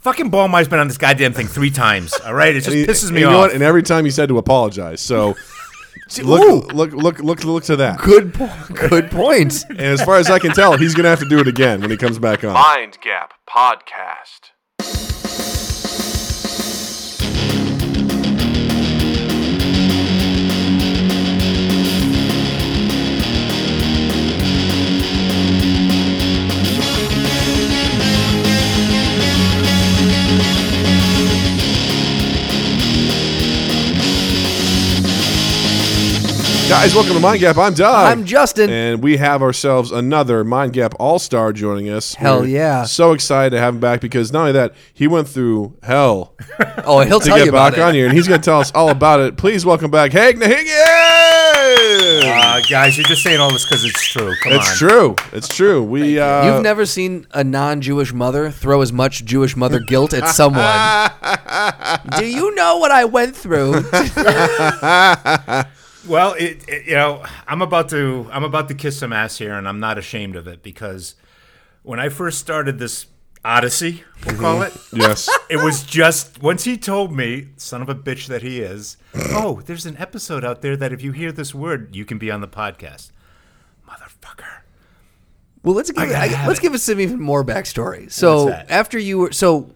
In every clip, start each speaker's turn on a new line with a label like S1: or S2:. S1: Fucking Ballmeyer's been on this goddamn thing three times. All right, it just
S2: And he-
S1: pisses
S2: and
S1: me
S2: you
S1: off.
S2: know what? And every time he said to apologize. So look, look, look, look, look to that.
S3: Good, po- good points.
S2: And as far as I can tell, he's gonna have to do it again when he comes back on.
S4: Mind Gap Podcast.
S2: Guys, welcome to Mind Gap. I'm Doug.
S3: I'm Justin.
S2: And we have ourselves another Mind Gap All Star joining us.
S3: Hell yeah.
S2: So excited to have him back because not only that, he went through hell
S3: Oh, he'll
S2: to
S3: tell you
S2: get
S3: about
S2: back
S3: it.
S2: on here, and he's going to tell us all about it. Please welcome back Hank Nahigian.
S1: Uh, guys, you're just saying all this because it's true. Come on.
S2: it's true. It's true. We uh,
S3: You've never seen a non-Jewish mother throw as much Jewish mother guilt at someone. Do you know what I went through?
S1: Well, it, it- you know, I'm about to I'm about to kiss some ass here, and I'm not ashamed of it because when I first started this odyssey, we'll call
S2: Mm-hmm.
S1: it,
S2: yes.
S1: it was just once he told me, son of a bitch that he is, oh, there's an episode out there that if you hear this word, you can be on the podcast, motherfucker.
S3: Well, let's give
S1: gotta
S3: I,
S1: have
S3: let's
S1: it.
S3: give us some even more backstory. So
S1: What's that?
S3: after you were so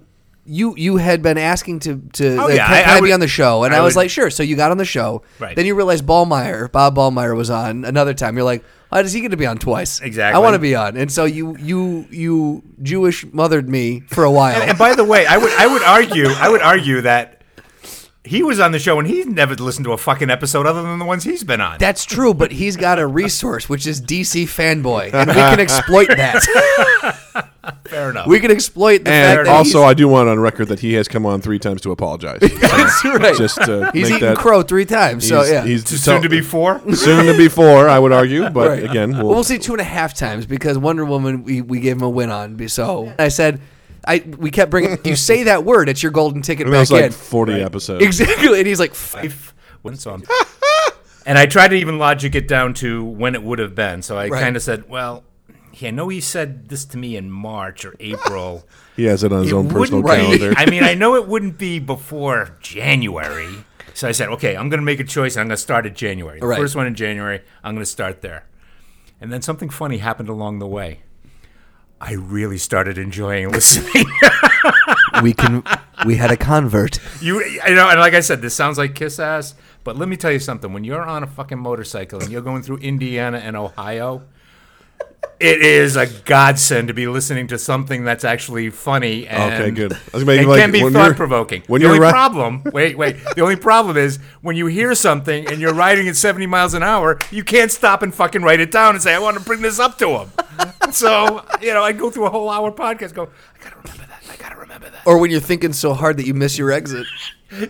S3: you you had been asking to to uh,
S1: Oh,
S3: like,
S1: yeah,
S3: can,
S1: I-
S3: can I,
S1: I
S3: be
S1: would-
S3: on the show, and I,
S1: I
S3: was
S1: would-
S3: like, sure. So you got on the show.
S1: Right.
S3: Then you realized Ballmeyer, Bob Ballmeyer was on another time. You're like, why does he get to be on twice?
S1: Exactly.
S3: I want to be on. And so you you you Jewish mothered me for a while.
S1: And by the way, I would I would argue I would argue that he was on the show and he's never listened to a fucking episode other than the ones he's been on.
S3: That's true, but he's got a resource which is DC fanboy, and we can exploit that.
S1: Fair enough.
S3: we can exploit the fact
S2: And
S3: that
S2: also, I do want on record that he has come on three times to apologize.
S3: he's, right.
S2: Just to
S3: he's
S2: make
S3: eaten
S2: that-
S3: crow three times. so
S2: He's-
S3: yeah,
S2: he's
S1: Too
S2: tell-
S1: soon to be four.
S2: soon to be four, I would argue. But again, we'll,
S3: Well, we'll see two and a half times because Wonder Woman we, we gave him a win on. be- So I said, I we kept bringing. if you say that word, it's your golden ticket
S2: It
S3: back
S2: was like
S3: in.
S2: forty episodes.
S3: Exactly, and he's like, "F-
S1: life when it's on. and I tried to even logic it down to when it would have been. So I
S3: Right.
S1: kind of said, well, yeah, I know he said this to me in March or April.
S2: He has it on his
S1: it
S2: own personal
S1: wouldn't
S2: calendar.
S1: be. I mean, I know it wouldn't be before January. So I said, okay, I'm going to make a choice. and I'm going to start at January. The
S3: Right.
S1: first one in January, I'm going to start there. And then something funny happened along the way. I really started enjoying listening.
S3: we can. We had a convert.
S1: You, you know, and like I said, this sounds like kiss ass, but let me tell you something. When you're on a fucking motorcycle and you're going through Indiana and Ohio, it is a godsend to be listening to something that's actually funny and
S2: Okay, good. I was gonna make
S1: and
S2: like,
S1: can be
S2: when you're-
S1: thought provoking.
S2: when
S1: the
S2: you're
S1: only
S2: ri-
S1: problem, wait, wait. The only problem is when you hear something and you're riding at 70 miles an hour, you can't stop and fucking write it down and say, "I want to bring this up to him." so you know, I go through a whole hour podcast. Go, I gotta remember that. I gotta remember that.
S3: Or when you're thinking so hard that you miss your exit.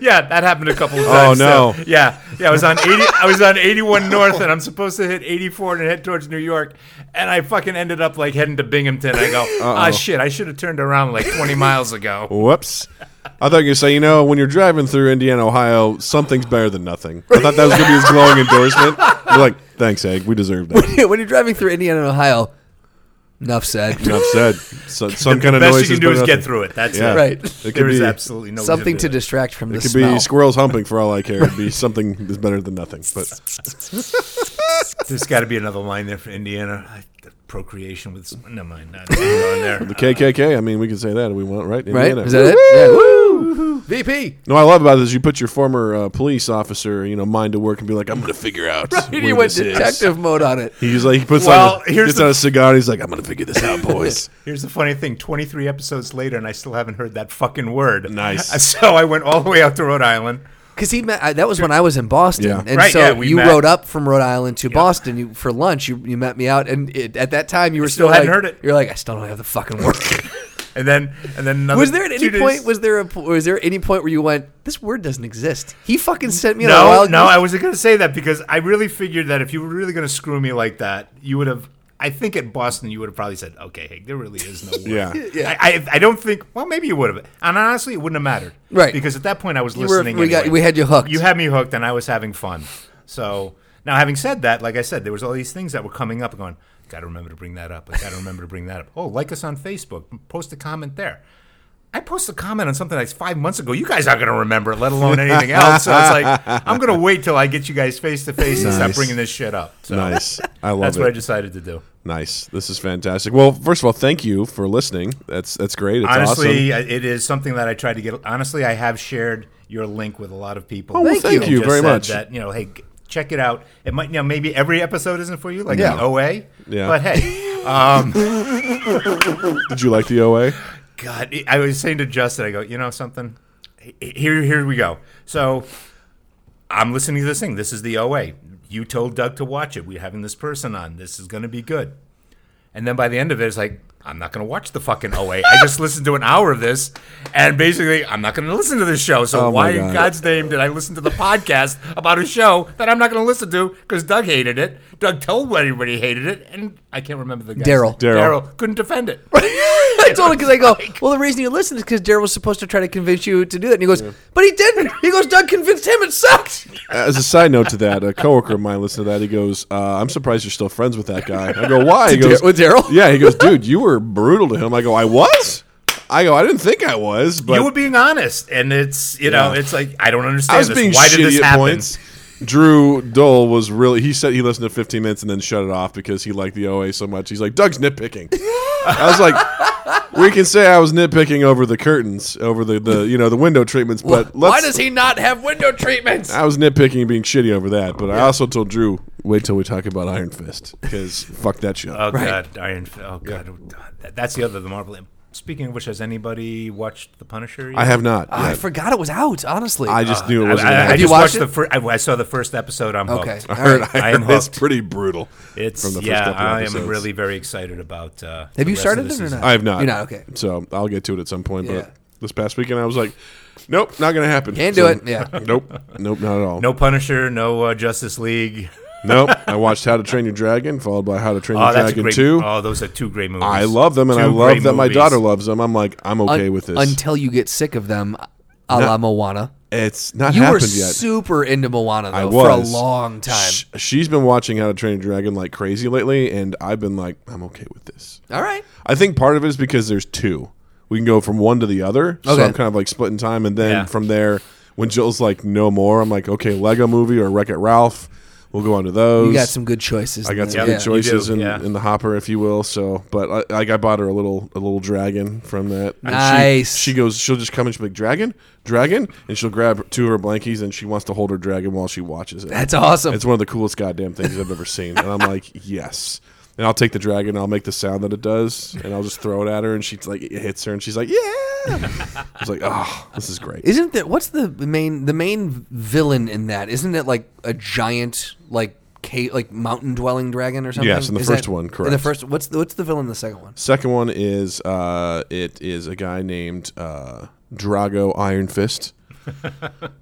S1: Yeah, that happened a couple of times.
S2: Oh, no.
S1: too. Yeah, yeah. I was on eighty. I was on eighty-one north, and I'm supposed to hit eighty-four and head towards New York, and I fucking ended up like heading to Binghamton. I go, ah, shit, I should have turned around like twenty miles ago.
S2: Whoops. I thought you were gonna say, you know, when you're driving through Indiana, Ohio, something's better than nothing. I thought that was gonna be his glowing endorsement. You're like, thanks, Egg. We deserve that.
S3: when you're driving through Indiana and Ohio, enough said.
S2: Enough said. So, some kind
S1: The
S2: of
S1: best
S2: noise
S1: you can do
S2: better
S1: is
S2: than
S1: get
S2: nothing.
S1: through it. That's
S2: Yeah.
S1: it.
S3: Right.
S2: It could
S1: There is
S2: be
S1: absolutely no
S3: Something to
S1: reason
S3: distract from the
S2: It could
S3: smell.
S2: be squirrels humping for all I care. It'd be something is better than nothing. But
S1: There's got to be another line there for Indiana. I, the procreation with never mind. Not not on there.
S2: the KKK. I mean, we could say that if we want, right?
S3: right?
S2: Indiana.
S3: Is that it? Yeah. Woo! VP.
S2: No, I love about this. You put your former uh, police officer, you know, mind to work and be like, I'm gonna figure out.
S3: He
S2: where
S3: went
S2: this is."
S3: detective mode on it.
S2: He's like, he puts
S1: Well,
S2: on, a,
S1: here's
S2: gets
S1: the-
S2: out a cigar. And he's like, I'm gonna figure this out, boys.
S1: Here's the funny thing 23 episodes later, and I still haven't heard that fucking word.
S2: Nice.
S1: So I went all the way out to Rhode Island.
S3: Because he met, I, that was when I was in Boston,
S2: Yeah.
S3: and
S1: Right,
S3: so
S1: yeah, we
S3: you
S1: met.
S3: rode up from Rhode Island to Boston you, for lunch. You, you met me out, and it, at that time you were
S1: still
S3: still,
S1: hadn't
S3: like-
S1: heard it.
S3: You're like, I still don't have the fucking word.
S1: And then, and then another
S3: was there at any
S1: two days-
S3: point? Was there a po- was there any point where you went, this word doesn't exist? He fucking sent me on a
S1: no,
S3: wild
S1: no,
S3: goose-
S1: I wasn't going to say that because I really figured that if you were really going to screw me like that, you would have. I think at Boston, you would have probably said, okay, hey, there really is no word.
S2: Yeah.
S3: Yeah.
S1: I, I, I don't think, well, maybe you would have. And honestly, it wouldn't have mattered.
S3: Right.
S1: Because at that point, I was
S3: were-
S1: listening.
S3: we got-
S1: anyway.
S3: we had you hooked.
S1: You had me hooked, and I was having fun. So now, having said that, like I said, there was all these things that were coming up and going, got to remember to bring that up. I got to remember to bring that up. Oh, like us on Facebook. Post a comment there. I posted a comment on something like five months ago. You guys aren't going to remember it, let alone anything else. So it's like, I'm going to wait till I get you guys face to face and stop
S2: Nice.
S1: bringing this shit up. So
S2: Nice. I love
S1: that's
S2: it.
S1: what I decided to do.
S2: nice. This is fantastic. Well, first of all, thank you for listening. That's that's great. It's
S1: honestly,
S2: awesome.
S1: I- it is something that I tried to get. Honestly, I have shared your link with a lot of people.
S2: Oh, well, Thank thank you. you
S1: Just
S2: very
S1: said
S2: much.
S1: That you know, hey, g- check it out. It might, you know, maybe every episode isn't for you, like
S2: Yeah.
S1: the OA.
S2: Yeah.
S1: But hey,
S2: Did you like the OA?
S1: God, I was saying to Justin, I go, you know something? H- Here, here we go. So I'm listening to this thing. This is the OA. You told Doug to watch it. We're having this person on. This is going to be good. And then by the end of it, it's like, I'm not going to watch the fucking OA. I just listened to an hour of this, and basically, I'm not going to listen to this show. So
S2: Oh my
S1: why in
S2: God.
S1: God's name did I listen to the podcast about a show that I'm not going to listen to because Doug hated it? Doug told everybody he hated it, and I can't remember the guy.
S3: Daryl.
S2: Daryl.
S1: Daryl couldn't defend it.
S3: I told him because I go, well, the reason you listened is because Daryl was supposed to try to convince you to do that, and he goes, but he didn't. He goes, Doug convinced him it sucked.
S2: As a side note to that, a coworker of mine listened to that. He goes, uh, "I'm surprised you're still friends with that guy." I go, "Why?" He
S3: To Dar-
S2: goes,
S3: with Daryl?
S2: Yeah, he goes, "Dude, you were brutal to him." I go, "I was." I go, "I didn't think I was, but
S1: you were being honest, and it's you know,
S2: Yeah.
S1: it's like I don't understand.
S2: I was
S1: this.
S2: being
S1: Why
S2: shitty
S1: did this
S2: at
S1: happen?
S2: points. Drew Dole was really. He said he listened to 15 minutes and then shut it off because he liked the OA so much. He's like, Doug's nitpicking. I was like, we can say I was nitpicking over the curtains, over the, the you know the window treatments, but
S3: Why
S2: let's.
S3: does he not have window treatments?
S2: I was nitpicking and being shitty over that, but I also told Drew, wait till we talk about Iron Fist because fuck that shit.
S1: Oh god, Iron. F- Oh god, oh, God. That- that's the other the Marvel. Speaking of which, has anybody watched The Punisher? Yet?
S2: I have not.
S3: I
S2: yet.
S3: forgot it was out. Honestly,
S2: I just knew it
S1: I,
S2: wasn't.
S1: I- I
S2: gonna
S1: just
S3: you watched
S1: watched
S3: it?
S1: the first. I, I saw the first episode. I'm hooked.
S3: Okay.
S2: happen. I heard,
S3: All right.
S2: I
S1: I am
S2: heard it's
S1: hooked.
S2: pretty brutal.
S1: It's
S2: From the first
S1: yeah.
S2: couple
S1: I am
S2: episodes.
S1: really very excited about. Uh,
S3: Have
S1: the
S3: you
S1: rest
S3: started
S1: of the
S3: it or
S1: season.
S3: not?
S2: I have not.
S3: You're not okay.
S2: So I'll get to it at some point.
S3: Yeah.
S2: But this past weekend, I was like, nope, not gonna happen.
S3: Can't do
S2: So-
S3: it. Yeah.
S2: Nope. Nope. Not at all.
S1: No Punisher. No uh, Justice League.
S2: nope. I watched How to Train Your Dragon, followed by How to Train
S1: Oh,
S2: Your
S1: that's a
S2: Dragon
S1: great.
S2: Two.
S1: Oh, those are two great movies.
S2: I love them, and
S1: Two
S2: I
S1: great
S2: love that my
S1: movies.
S2: daughter loves them. I'm like, I'm okay
S3: Un-
S2: with this.
S3: Uh, until you get sick of them, a la
S2: Not-
S3: Moana.
S2: it's not
S3: You were
S2: happened yet.
S3: super into Moana though,
S2: I
S3: for a
S2: was.
S3: long time.
S2: Sh- She's been watching How to Train Your Dragon like crazy lately, and I've been like, I'm okay with this.
S3: All right.
S2: I think part of it is because there's two. We can go from one to the other. So
S3: Okay.
S2: I'm kind of like splitting time. And then
S1: Yeah.
S2: from there, when Jill's like, no more, I'm like, okay, Lego movie or Wreck It Ralph. We'll go on to those.
S3: You got some good choices.
S2: I
S3: in
S2: got
S3: there.
S2: some
S1: Yeah,
S2: good
S1: you do,
S2: choices in,
S1: yeah.
S2: in the hopper, if you will. So, but I, like I bought her a little a little dragon from that. And she-
S3: Nice.
S2: She, goes. She'll just come and she'll be like dragon, dragon, and she'll grab two of her blankies and she wants to hold her dragon while she watches it.
S3: That's awesome.
S2: It's one of the coolest goddamn things I've ever seen. And I'm like, yes. And I'll take the dragon. I'll make the sound that it does, and I'll just throw it at her, and she's like, it hits her, and she's like, yeah. I was like, oh, this is great.
S3: Isn't that what's the main the main villain in that? Isn't it like a giant like cave, like mountain dwelling dragon or something?
S2: Yes, in the
S3: Is
S2: first
S3: that-
S2: one,
S3: In the
S2: correct.
S3: first, what's the, what's the villain in the second one?
S2: Second one is uh, it is a guy named uh, Drago Iron Fist,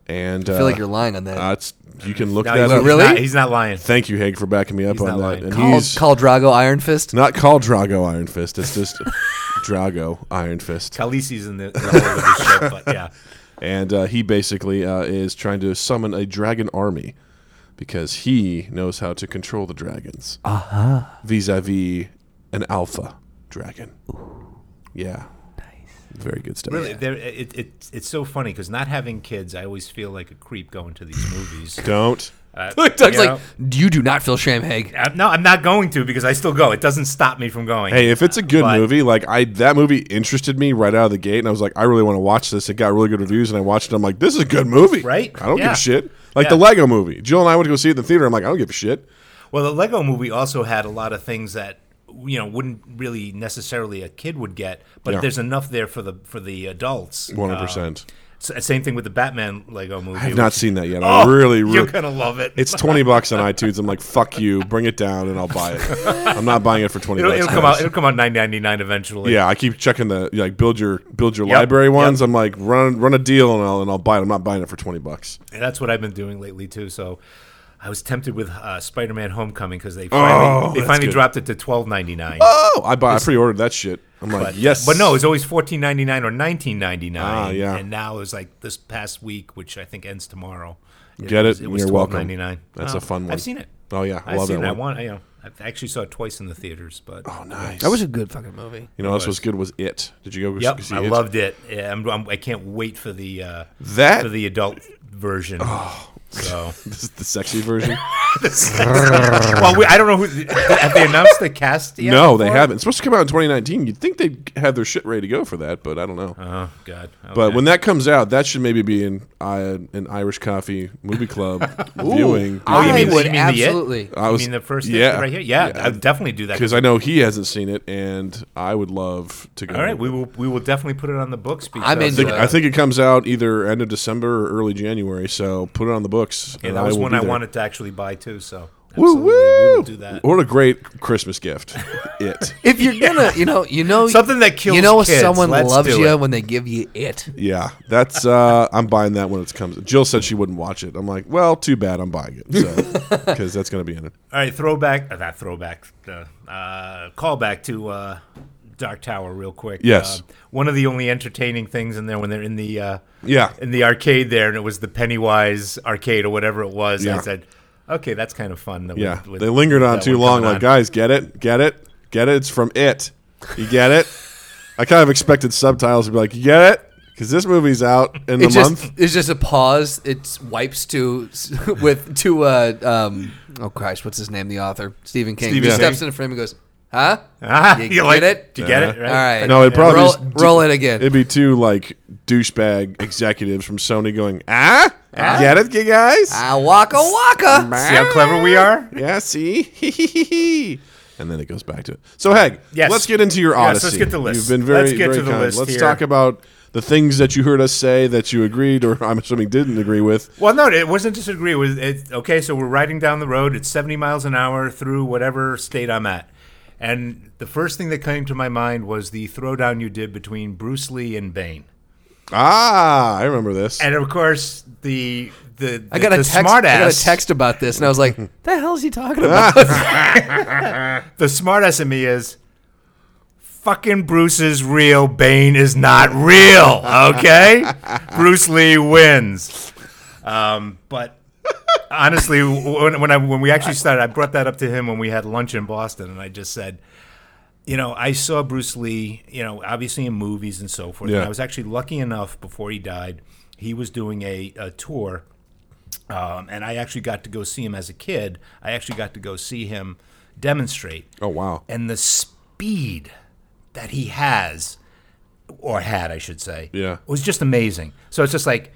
S2: and uh,
S3: I feel like you're lying on that.
S2: uh, it's, you can look
S1: No,
S2: that
S1: he's,
S2: up.
S1: he's
S3: Really?
S1: Not, he's not lying.
S2: Thank you, Haig, for backing me up
S1: He's
S2: on
S1: not
S2: that.
S1: lying.
S2: And
S3: call,
S2: he's
S3: call Drago Iron Fist.
S2: not called Drago Iron Fist. It's just Drago Iron Fist,
S1: Khaleesi's in the, in the whole of the show, but yeah.
S2: and uh, he basically uh, is trying to summon a dragon army because he knows how to control the dragons vis-a-vis an alpha dragon. Yeah, nice, very good stuff.
S1: Really, there, it, it, it's so funny because not having kids, I always feel like a creep going to these movies.
S2: Don't.
S1: Uh,
S3: Doug's
S1: you
S3: like, you do not feel shame, Haig.
S1: know, uh, no, I'm not going to because I still go. It doesn't stop me from going.
S2: Hey, if it's a good
S1: But-
S2: movie, like I that movie interested me right out of the gate, and I was like, I really want to watch this. It got really good reviews, and I watched it. I'm like, this is a good movie,
S1: Right?
S2: I don't give
S1: Yeah.
S2: a shit. Like the
S1: Yeah.
S2: Lego movie, Jill and I would go see it in the theater. I'm like, I don't give a shit.
S1: Well, the Lego movie also had a lot of things that you know wouldn't really necessarily a kid would get, but
S2: Yeah.
S1: there's enough there for the for the adults.
S2: One hundred
S1: Uh,
S2: percent.
S1: s- same thing with the Batman Lego movie.
S2: I've not seen that yet. I
S1: Oh,
S2: really,
S1: You're
S2: really.
S1: gonna love it.
S2: It's twenty bucks on iTunes. I'm like, fuck you. Bring it down, and I'll buy it. I'm not buying it for twenty.
S1: it'll,
S2: bucks,
S1: it'll come
S2: guys.
S1: out. It'll come out 9.99 eventually.
S2: Yeah, I keep checking the like build your build your
S1: Yep,
S2: library
S1: yep.
S2: ones. I'm like, run run a deal, and I'll and I'll buy it. I'm not buying it for twenty bucks.
S1: And that's what I've been doing lately too. So I was tempted with uh, Spider-Man: Homecoming because they finally, they
S2: Oh, that's
S1: finally
S2: good.
S1: dropped it to twelve ninety nine.
S2: Oh, I buy. I pre-ordered that shit. I'm like, yes,
S1: but no, it was always fourteen ninety nine or nineteen ninety nine.
S2: Ah, yeah.
S1: And now it was like this past week, which I think ends tomorrow.
S2: Get
S1: was-
S2: it? You're welcome.
S1: $12.99.
S2: That's a fun one.
S1: I've seen it.
S2: Oh yeah, I
S1: I've
S2: love
S1: seen
S2: that
S1: it. I
S2: one.
S1: want. You know, I I actually saw it twice in the theaters, but
S2: Oh, nice.
S3: That was a good fucking movie.
S2: you know, what else was good was it. Did you go
S1: yep,
S2: see
S1: I
S2: it?
S1: loved it. Yeah, I'm, I'm, I can't wait for the uh,
S2: That-
S1: for the adult version.
S2: Oh.
S1: So,
S2: This is the sexy version.
S1: well, we, I don't know who have they announced the cast. Yet Oh,
S2: no, they
S1: for it?
S2: haven't. It's supposed to come out in 2019. You'd think they'd have their shit ready to go for that, but I don't know.
S1: Oh God! Okay.
S2: But when that comes out, that should maybe be in uh, an Irish coffee movie club viewing.
S1: Oh, you mean-
S3: I
S2: because-
S3: would
S1: you mean the It?
S3: absolutely.
S2: I was-
S1: you mean the first
S2: yeah.
S1: right here, yeah,
S2: Yeah.
S1: I'd definitely do that.
S2: because I know he hasn't seen it, and I would love to go.
S1: All right, we will we will definitely put it on the books. Because, uh,
S3: I'm into
S2: I think- I think it comes out either end of December or early January, so put it on the books.
S1: Yeah, that was
S2: will
S1: one
S2: be
S1: I
S2: there.
S1: wanted to actually buy too. So
S2: Woo
S1: absolutely, we will
S2: woo!
S1: do that.
S2: What a great Christmas gift! it.
S3: If you're gonna, you know, you know,
S1: Something that kills
S3: You know,
S1: kids.
S3: someone
S1: Let's
S3: loves
S1: do
S3: you
S1: it.
S3: when they give you it.
S2: Yeah, that's. uh I'm buying that when it comes. Jill said she wouldn't watch it. I'm like, well, too bad. I'm buying it so because that's going to be in it.
S1: All right, throwback. Uh, not throwback. Uh, uh, callback to uh, Dark Tower, real quick.
S2: Yes.
S1: Uh, one of the only entertaining things in there when they're in the uh,
S2: Yeah.
S1: in the arcade there, and it was the Pennywise arcade or whatever it was.
S2: Yeah.
S1: I said, okay, that's kind of fun. that
S2: Yeah,
S1: with- with-
S2: they lingered on
S1: that
S2: too
S1: one
S2: long.
S1: coming
S2: Like,
S1: on.
S2: guys, get it, get it, get it. It's from it. You get it. I kind of expected subtitles to be like, you get it, because this movie's out in the
S3: It just
S2: month.
S3: it's just a pause. It wipes to with to uh um oh Christ, what's his name? The author Stephen King.
S1: Stephen
S3: he steps
S1: King.
S3: in the frame and goes, huh?
S1: Ah,
S3: You
S1: you,
S3: get
S1: like
S3: it?
S1: You get it?
S2: Yeah.
S1: Right?
S3: All right,
S2: No, it probably
S3: roll,
S2: is-
S3: roll it again.
S2: It'd be two like douchebag executives from Sony going, ah, get it, you guys.
S3: ah, waka waka.
S1: See how clever we are?
S2: Yeah, see, and then it goes back to it. So, Heg,
S1: Yes.
S2: let's get into your
S1: Yes,
S2: Odyssey.
S1: let's get the list.
S2: You've been very,
S1: Let's get
S2: very
S1: to the
S2: kind.
S1: list
S2: let's
S1: here.
S2: talk about the things that you heard us say that you agreed or I'm assuming didn't agree with.
S1: Well, no, it wasn't disagree. It was it, okay? So we're riding down the road. It's seventy miles an hour through whatever state I'm at, and the first thing that came to my mind was the throwdown you did between Bruce Lee and Bane.
S2: Ah, I remember this.
S1: And of course, the the, the
S3: I got a
S1: the
S3: text.
S1: smart
S3: I got a
S1: ass
S3: text about this, and I was like, "The hell is he talking about?"
S1: The smart ass in me is. Fucking Bruce is real. Bane is not real. Okay, Bruce Lee wins. Um, but honestly, when, when I when we actually started, I brought that up to him when we had lunch in Boston, and I just said, you know, I saw Bruce Lee, you know, obviously in movies and so forth.
S2: Yeah.
S1: And I was actually lucky enough before he died, he was doing a, a tour, um, and I actually got to go see him as a kid. I actually got to go see him demonstrate
S2: oh wow.
S1: and the speed that he has or had i should say
S2: Yeah.
S1: was just amazing so it's just like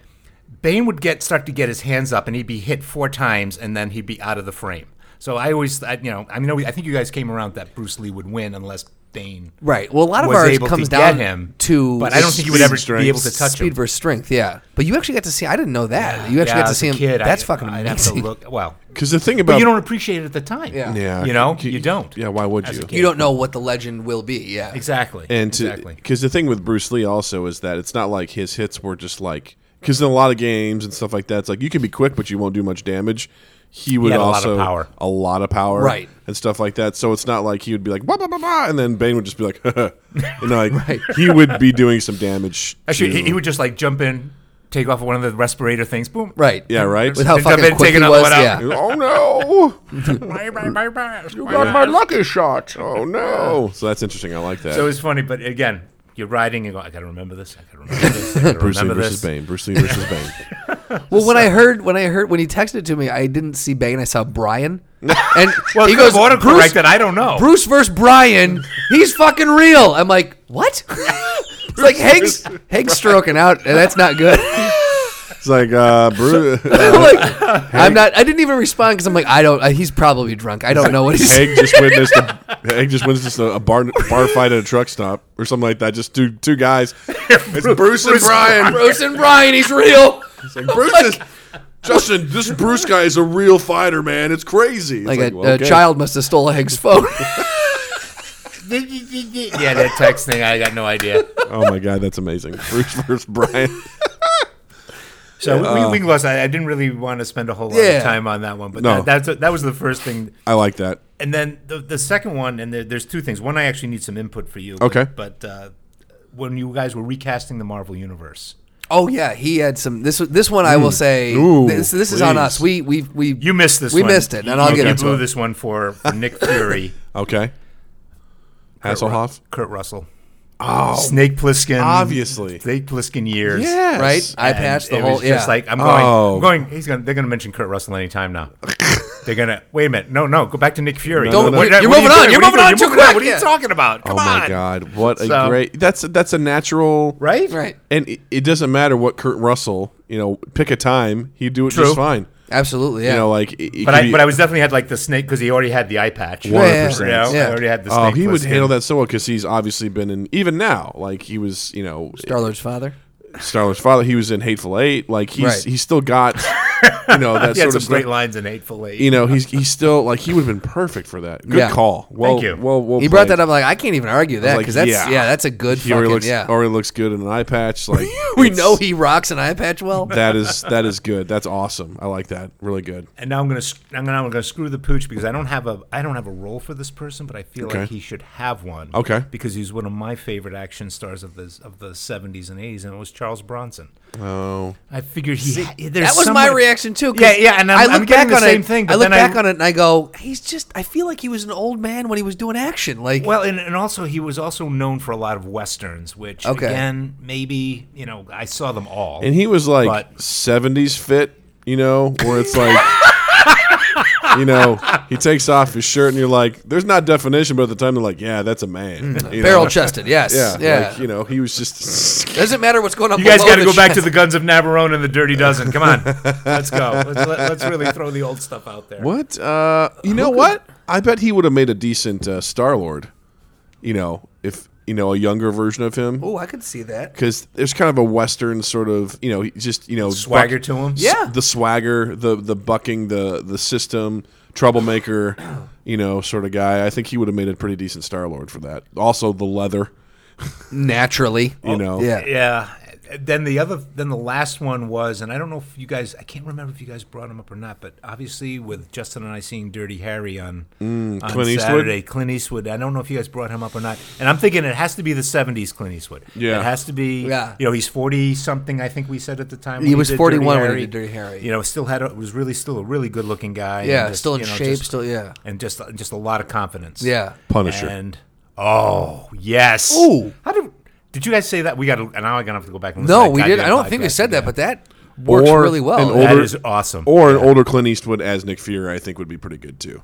S1: bane would get start to get his hands up and he'd be hit four times and then he'd be out of the frame so i always I, you know i mean i think you guys came around that bruce lee would win unless bane
S3: right. Well, a lot of
S1: was
S3: ours
S1: able to
S3: comes
S1: get
S3: down
S1: him
S3: to
S1: but i don't think he would ever
S2: speed
S1: be able to touch
S3: speed
S1: him
S3: versus strength. Yeah, but you actually got to see. I didn't know that. you actually
S1: yeah,
S3: got to
S1: as
S3: see
S1: a
S3: him.
S1: kid, I-
S3: That's fucking
S1: I'd have to
S3: amazing.
S1: look well
S2: Because the thing about
S1: but you don't appreciate it at the time
S3: Yeah.
S2: yeah,
S1: you know
S2: c-
S1: you don't
S2: Yeah, why would you?
S3: You don't know what the legend will be. Yeah,
S1: exactly
S2: And to,
S1: exactly
S2: Because the thing with Bruce Lee also is that it's not like his hits were just like because in a lot of games and stuff like that, it's like you can be quick but you won't do much damage. He would
S1: had a lot of
S2: also
S1: power.
S2: a lot of power,
S3: Right.
S2: and stuff like that. So it's not like he would be like blah blah blah, blah and then Bane would just be like, and like he would be doing some damage.
S1: Actually,
S2: to-
S1: he, he would just like jump in, take off one of the respirator things, boom.
S3: Right.
S2: yeah, right.
S3: With how
S1: Jump in,
S3: fucking quick
S1: take
S3: he
S1: another
S3: was.
S1: one out.
S3: Yeah.
S2: oh no!
S1: You
S2: Got my lucky shot. Oh no! So that's interesting. I like that.
S1: So it's funny, but again, you're riding and go, I gotta remember this. I gotta remember this. I gotta
S2: Bruce Lee
S1: remember
S2: versus
S1: this.
S2: Bane. Bruce Lee versus Bane.
S3: Well, when I heard when I heard when he texted it to me, I didn't see Bane. I saw Brian. And
S1: Well,
S3: he goes,
S1: autocorrect
S3: Bruce,
S1: that I don't know.
S3: Bruce versus Brian. He's fucking real. I'm like, what? it's like Hank's Hank's stroking out, and that's not good.
S2: It's like uh, Bruce.
S3: I'm like, I'm not. I didn't even respond because I'm like, I don't. I, he's probably drunk. I don't know what he's.
S2: Egg just witnessed a, Egg just witnessed a, a bar bar fight at a truck stop or something like that. Just two two guys. It's Bruce, and Brian.
S3: Bruce and Brian. He's real.
S2: It's like Bruce is Justin. This Bruce guy is a real fighter, man. It's crazy. It's
S3: Like, a,
S2: well,
S3: a
S2: okay.
S3: child must have stole Hank's phone.
S1: yeah, that text thing, I got no idea.
S2: Oh my god, that's amazing. Bruce versus Brian.
S1: So we, we, we lost. I, I didn't really want to spend a whole lot
S3: Yeah.
S1: of time on that one, but
S2: um, No.
S1: that, that's that was the first thing.
S2: I like that.
S1: And then the, the second one, and there, there's two things. One, I actually need some input for you. but-
S2: Okay.
S1: But, uh, when you guys were recasting the Marvel Universe,
S3: Oh yeah, he had some. This was this one. I will say
S2: Ooh,
S3: this, this is on
S2: please.
S3: us. We we we
S1: You missed this
S3: We
S1: one.
S3: missed it, and I'll
S1: you,
S3: get
S1: you
S3: into
S1: blew
S3: it.
S1: this one for, for Nick Fury,
S2: Okay. Hasselhoff.
S1: Kurt Russell. Oh. Snake Plissken.
S2: Obviously.
S1: Snake Plissken years.
S2: Yes.
S3: right. I
S1: And
S3: patched the
S1: it
S3: whole.
S1: was
S3: yeah.
S1: just like I'm going,
S2: Oh.
S1: I'm going. He's going. They're going to mention Kurt Russell anytime now. they're going to wait a minute. No, no. Go back to Nick Fury.
S2: Don't-
S1: What-
S3: you're
S1: what are you
S3: moving on,
S1: doing?
S3: you're
S1: What are
S3: moving on
S1: you doing?
S3: too
S1: You're moving
S3: quick,
S1: What are you
S3: yeah.
S1: talking about? Come
S2: oh my
S1: on.
S2: God! What a
S1: So-
S2: great. That's that's a natural.
S1: Right.
S3: right.
S2: And it, it doesn't matter what Kurt Russell. You know, pick a time. He'd do it
S1: True.
S2: just fine.
S3: Absolutely. Yeah.
S2: You know, like. It, it
S1: But
S2: could
S1: I,
S2: be-
S1: but I was definitely had like the snake because he already had the eye patch.
S2: Yeah, yeah, 100%.
S1: You know,
S3: yeah.
S1: I already had the
S2: Oh,
S1: snake.
S2: he would
S1: Plissken.
S2: handle that so well because he's obviously been in even now. Like he was, you know,
S3: Starlord's father.
S2: Starler's father. He was in Hateful Eight. Like he's
S3: Right.
S2: he's still got, you know, that
S1: He had some
S2: sort of
S1: great
S2: stuff.
S1: lines in Hateful Eight.
S2: You know, he's he's still like he would have been perfect for that. Good
S3: Yeah.
S2: call. Well,
S1: you.
S2: Well, well
S3: He brought
S2: played.
S3: that up. Like I can't even argue that
S2: like,
S3: because that's
S2: yeah.
S3: yeah. that's a good
S2: He
S3: fucking
S2: already looks
S3: yeah.
S2: already looks good in an eye patch. Like
S3: we
S2: it's-
S3: know he rocks an eye patch well.
S2: that is that is good. That's awesome. I like that. Really good.
S1: and now I'm gonna sc- I'm gonna, I'm gonna screw the pooch because I don't have a I don't have a role for this person, but I feel
S2: Okay.
S1: like he should have one.
S2: Okay.
S1: because he's one of my favorite action stars of the of the 70s and 80s, and it was Charles Bronson.
S2: Oh,
S1: I figured he ha- there's
S3: That was my
S1: someone-
S3: reaction too. 'cause
S1: Yeah, yeah, and I'm,
S3: I look
S1: I'm getting
S3: back
S1: the
S3: on
S1: same
S3: it,
S1: thing. But
S3: I look
S1: then
S3: back
S1: I,
S3: on it and I go, he's just. I feel like he was an old man when he was doing action. Like
S1: Well, and, and also he was also known for a lot of westerns, which
S3: Okay.
S1: again maybe you know I saw them all.
S2: and he was like
S1: But-
S2: seventies fit. You know, where it's like. You know, he takes off his shirt, and you're like, "There's not definition." But at the time, they're like, "Yeah, that's a man."
S1: Mm.
S2: you know?
S3: barrel chested. Yes.
S2: Yeah,
S3: Yeah.
S2: Like, you know, he was just.
S3: Doesn't matter what's going on.
S1: You guys
S3: got
S1: got to go back to the guns of Navarone and the Dirty Dozen. Come on, let's go. Let's, let, let's really throw the old stuff out there.
S2: What? Uh, you know what? I bet he would have made a decent uh, Star Lord. You know, if you know a younger version of him,
S3: Oh, I could see that.
S2: because there's kind of a Western sort of you know he just you know
S1: Swagger to him?
S2: s-
S3: Yeah.
S2: the swagger, the the bucking the the system, troublemaker, you know, sort of guy. I think he would have made a pretty decent Star Lord for that. Also the leather,
S3: Naturally.
S2: you know.
S3: Yeah.
S1: Oh, Yeah. Then the other, then the last one was, and I don't know if you guys, I can't remember if you guys brought him up or not, but obviously with Justin and I seeing Dirty Harry on,
S3: Mm,
S1: on
S2: Clint Eastwood?
S1: Saturday, Clint Eastwood. I don't know if you guys brought him up or not, and I'm thinking it has to be the '70s Clint Eastwood.
S2: Yeah.
S1: it has to be.
S3: Yeah.
S1: you know, he's 40 something. I think we said at the time when
S3: He was
S1: did
S3: 41
S1: Dirty
S3: when he
S1: Harry.
S3: did Dirty Harry.
S1: You know, still had a, was really still a really good looking guy.
S3: Yeah,
S1: and just,
S3: still in
S1: you know,
S3: shape,
S1: just-
S3: still- yeah.
S1: and just just a lot of confidence.
S3: Yeah.
S2: Punisher.
S1: And oh yes.
S3: Ooh.
S1: How did did you guys say that? We got to now. I'm gonna have to go back and listen to
S3: No,
S1: that
S3: we did. I
S1: goddamn
S3: don't think we
S1: podcast
S3: said that,
S1: again.
S3: but that works
S2: Or
S3: really well.
S2: an
S3: That-
S2: old-
S1: that
S2: Older-
S1: is awesome.
S2: Or an older Clint Eastwood as Nick Fury, I think would be pretty good too.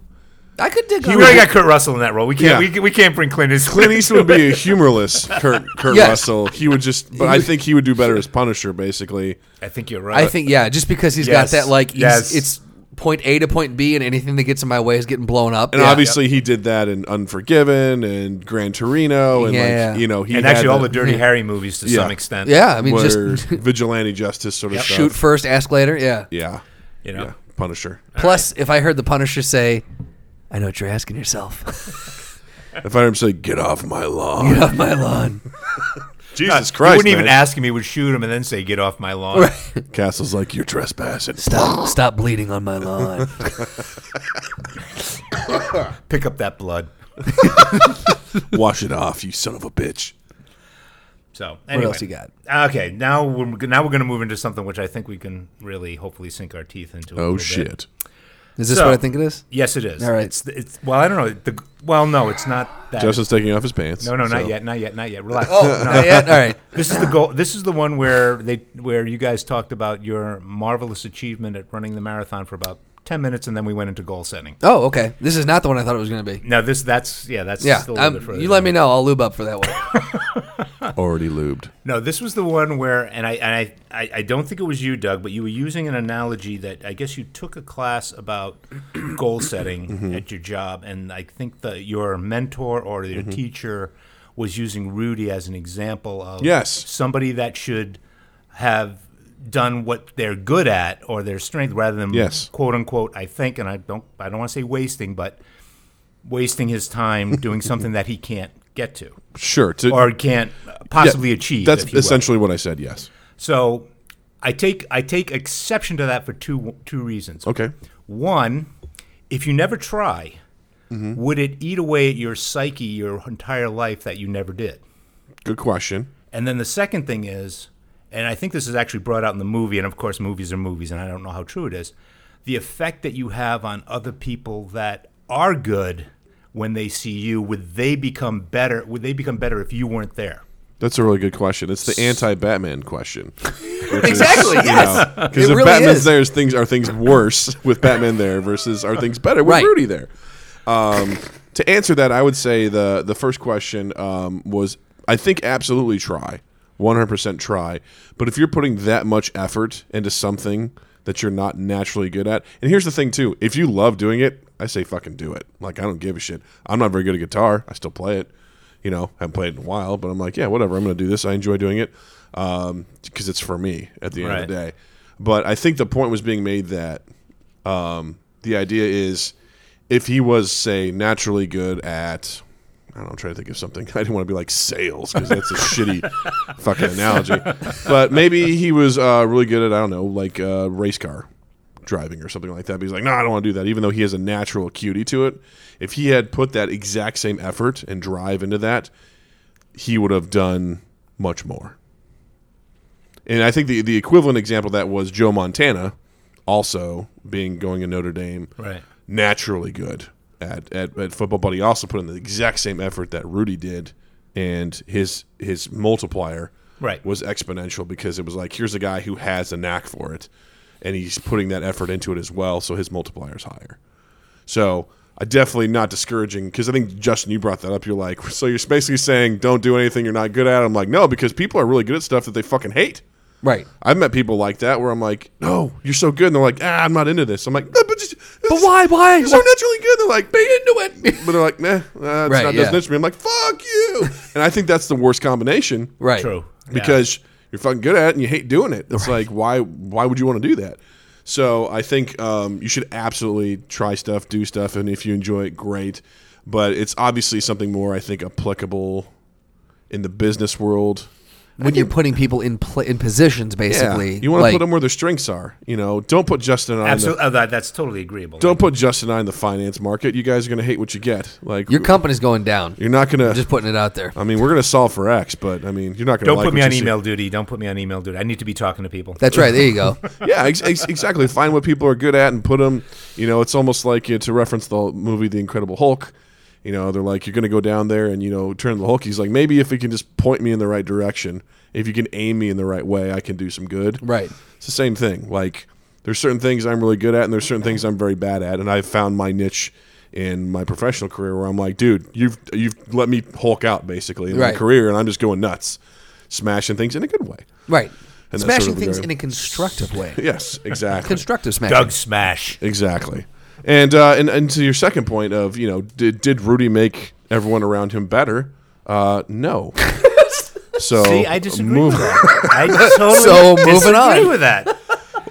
S3: I could dig.
S1: we
S3: on
S1: already
S3: that.
S1: got Kurt Russell in that role. We can't.
S2: Yeah.
S1: We, we can't bring Clint Eastwood.
S2: Clint Eastwood would be a humorless Kurt, Kurt
S3: Yes.
S2: Russell. He would just, but I think he would do better as Punisher, basically.
S1: I think you're right.
S3: I think yeah, just because he's
S1: Yes.
S3: got that like he's,
S1: Yes.
S3: it's point A to point B, and anything that gets in my way is getting blown up.
S2: And
S3: Yeah.
S2: obviously, he did that in Unforgiven and Gran Torino, and
S3: Yeah.
S2: like you know, he
S1: and
S2: had
S1: actually, all the
S2: that-
S1: Dirty Harry movies to
S2: Yeah.
S1: some extent.
S3: yeah, I mean just
S2: where vigilante justice sort of stuff.
S3: shoot first, ask later. Yeah.
S2: Yeah,
S1: You know.
S2: yeah, Punisher.
S3: Plus, if I heard the Punisher say, "I know what you're asking yourself,"
S2: If I heard him say, "Get off my lawn,"
S3: get off my lawn.
S2: Jesus
S1: He
S2: Christ,
S1: wouldn't even
S2: man.
S1: ask him. He would shoot him and then say, "Get off my lawn."
S2: Castle's like, "You're trespassing."
S3: Stop, stop bleeding on my lawn.
S1: Pick up that blood.
S2: Wash it off, you son of a bitch.
S1: So anyway.
S3: else you got?
S1: Okay, now we're now we're going to move into something which I think we can really hopefully sink our teeth into. a little
S2: Oh
S1: bit.
S2: shit.
S3: Is this
S1: So-
S3: what I think it is?
S1: Yes, it is.
S3: All right.
S1: It's, it's well, I don't know. The, well, no, it's not that.
S2: Justin's taking off his pants.
S1: Uh, no, no, not
S2: so-
S1: yet, not yet, not yet. Relax.
S3: Oh,
S1: No.
S3: not yet? All right.
S1: This is the goal. This is the one where they where you guys talked about your marvelous achievement at running the marathon for about ten minutes, and then we went into goal setting.
S3: Oh, okay. This is not the one I thought it was going to be.
S1: Now this that's yeah that's
S3: Yeah,
S1: still a little bit
S3: I'm,
S1: further
S3: you
S1: down.
S3: let me know. I'll lube up for that one.
S2: Already lubed.
S1: No, this was the one where, and I, and I, I, I don't think it was you, Doug, but you were using an analogy that I guess you took a class about goal setting
S2: Mm-hmm.
S1: at your job, and I think that your mentor or your
S2: Mm-hmm.
S1: teacher was using Rudy as an example of
S2: Yes.
S1: somebody that should have done what they're good at or their strength rather than
S2: Yes.
S1: quote unquote I think and I don't I don't want to say wasting but wasting his time doing something that he can't get to
S2: Sure. To,
S1: or can't possibly achieve
S2: That's
S1: if you will.
S2: essentially what I said. Yes.
S1: So I take I take exception to that for two two reasons.
S2: Okay.
S1: One, if you never try, would it eat away at your psyche your entire life that you never did?
S2: Good question.
S1: And then the second thing is, and I think this is actually brought out in the movie, and of course, movies are movies, and I don't know how true it is. The effect that you have on other people that are good when they see you, would they become better? Would they become better if you weren't there?
S2: That's a really good question. It's the anti-Batman question.
S3: Exactly, yes. It
S2: Because if
S3: really
S2: Batman's
S3: is.
S2: there, is things are things worse with Batman there versus are things better with
S3: Right.
S2: Rudy there. Um, to answer that, I would say the the first question um, was I think absolutely try, one hundred percent try. But if you're putting that much effort into something that you're not naturally good at, and here's the thing too: if you love doing it, I say fucking do it. Like I don't give a shit. I'm not very good at guitar. I still play it you know, haven't played in a while, but I'm like, yeah, whatever. I'm going to do this. I enjoy doing it because it's for me at the end of the
S1: Right.
S2: day. But I think the point was being made that um, the idea is if he was, say, naturally good at, I don't know, I'm trying to think of something. I didn't want to be like sales because that's a shitty fucking analogy. But maybe he was uh, really good at, I don't know, like uh, race car driving or something like that. But he's like, no, I don't want to do that, even though he has a natural acuity to it. If he had put that exact same effort and drive into that, he would have done much more. And I think the, the equivalent example of that was Joe Montana, also being going to Notre Dame,
S1: Right.
S2: naturally good at, at, at football, but he also put in the exact same effort that Rudy did, and his his multiplier
S1: Right.
S2: was exponential because it was like here's a guy who has a knack for it, and he's putting that effort into it as well, so his multiplier is higher. So I definitely not discouraging because I think Justin, you brought that up. You're like, so you're basically saying don't do anything you're not good at. I'm like, no, because people are really good at stuff that they fucking hate.
S3: Right.
S2: I've met people like that where I'm like, no, you're so good. And they're like, ah, I'm not into this. I'm like, "No, but, just,
S3: But why? Why?
S2: You're so naturally good. They're like, be into it. But they're like, nah, that's
S3: Right,
S2: not,
S3: yeah.
S2: doesn't interest me. I'm like, fuck you. and I think that's the worst combination
S3: Right.
S1: True.
S2: because you're fucking good at it and you hate doing it. It's like why why would you want to do that? So I think um, you should absolutely try stuff, do stuff, and if you enjoy it, great. But it's obviously something more I think applicable in the business world.
S3: When you're putting people in pla in positions, basically,
S2: you want to
S3: like,
S2: put them where their strengths are. You know, don't put Justin on. The,
S1: absolutely, oh, that, that's totally agreeable.
S2: don't put Justin on the finance market. You guys are gonna hate what you get. Like
S3: your company's going down.
S2: you're not gonna.
S3: just putting it out there.
S2: I mean, we're gonna solve for X, but I mean, you're not gonna.
S1: Don't
S2: like
S1: put me
S2: what
S1: on
S2: you see.
S1: email duty. Don't put me on email duty. I need to be talking to people.
S3: That's right. There you go.
S2: yeah, ex- ex- exactly. Find what people are good at and put them. You know, it's almost like you know, to reference the movie The Incredible Hulk. You know, they're like, you're going to go down there and you know, turn to the Hulk. He's like, maybe if you can just point me in the right direction, if you can aim me in the right way, I can do some good.
S3: Right.
S2: It's the same thing. Like, there's certain things I'm really good at, and there's certain things I'm very bad at, and I've found my niche in my professional career where I'm like, dude, you've you've let me Hulk out basically in
S3: Right.
S2: my career, and I'm just going nuts, smashing things in a good way.
S3: Right.
S2: And that's
S3: smashing
S2: sort of
S3: things
S2: very-
S3: in a constructive way.
S2: Yes, exactly.
S3: Constructive smashing.
S1: Doug Smash.
S2: Exactly. And, uh, and and to your second point of you know did did Rudy make everyone around him better? Uh, no. so
S1: See, I disagree
S2: move-
S1: with that. I totally
S3: So, moving
S1: disagree
S3: on.
S1: with that.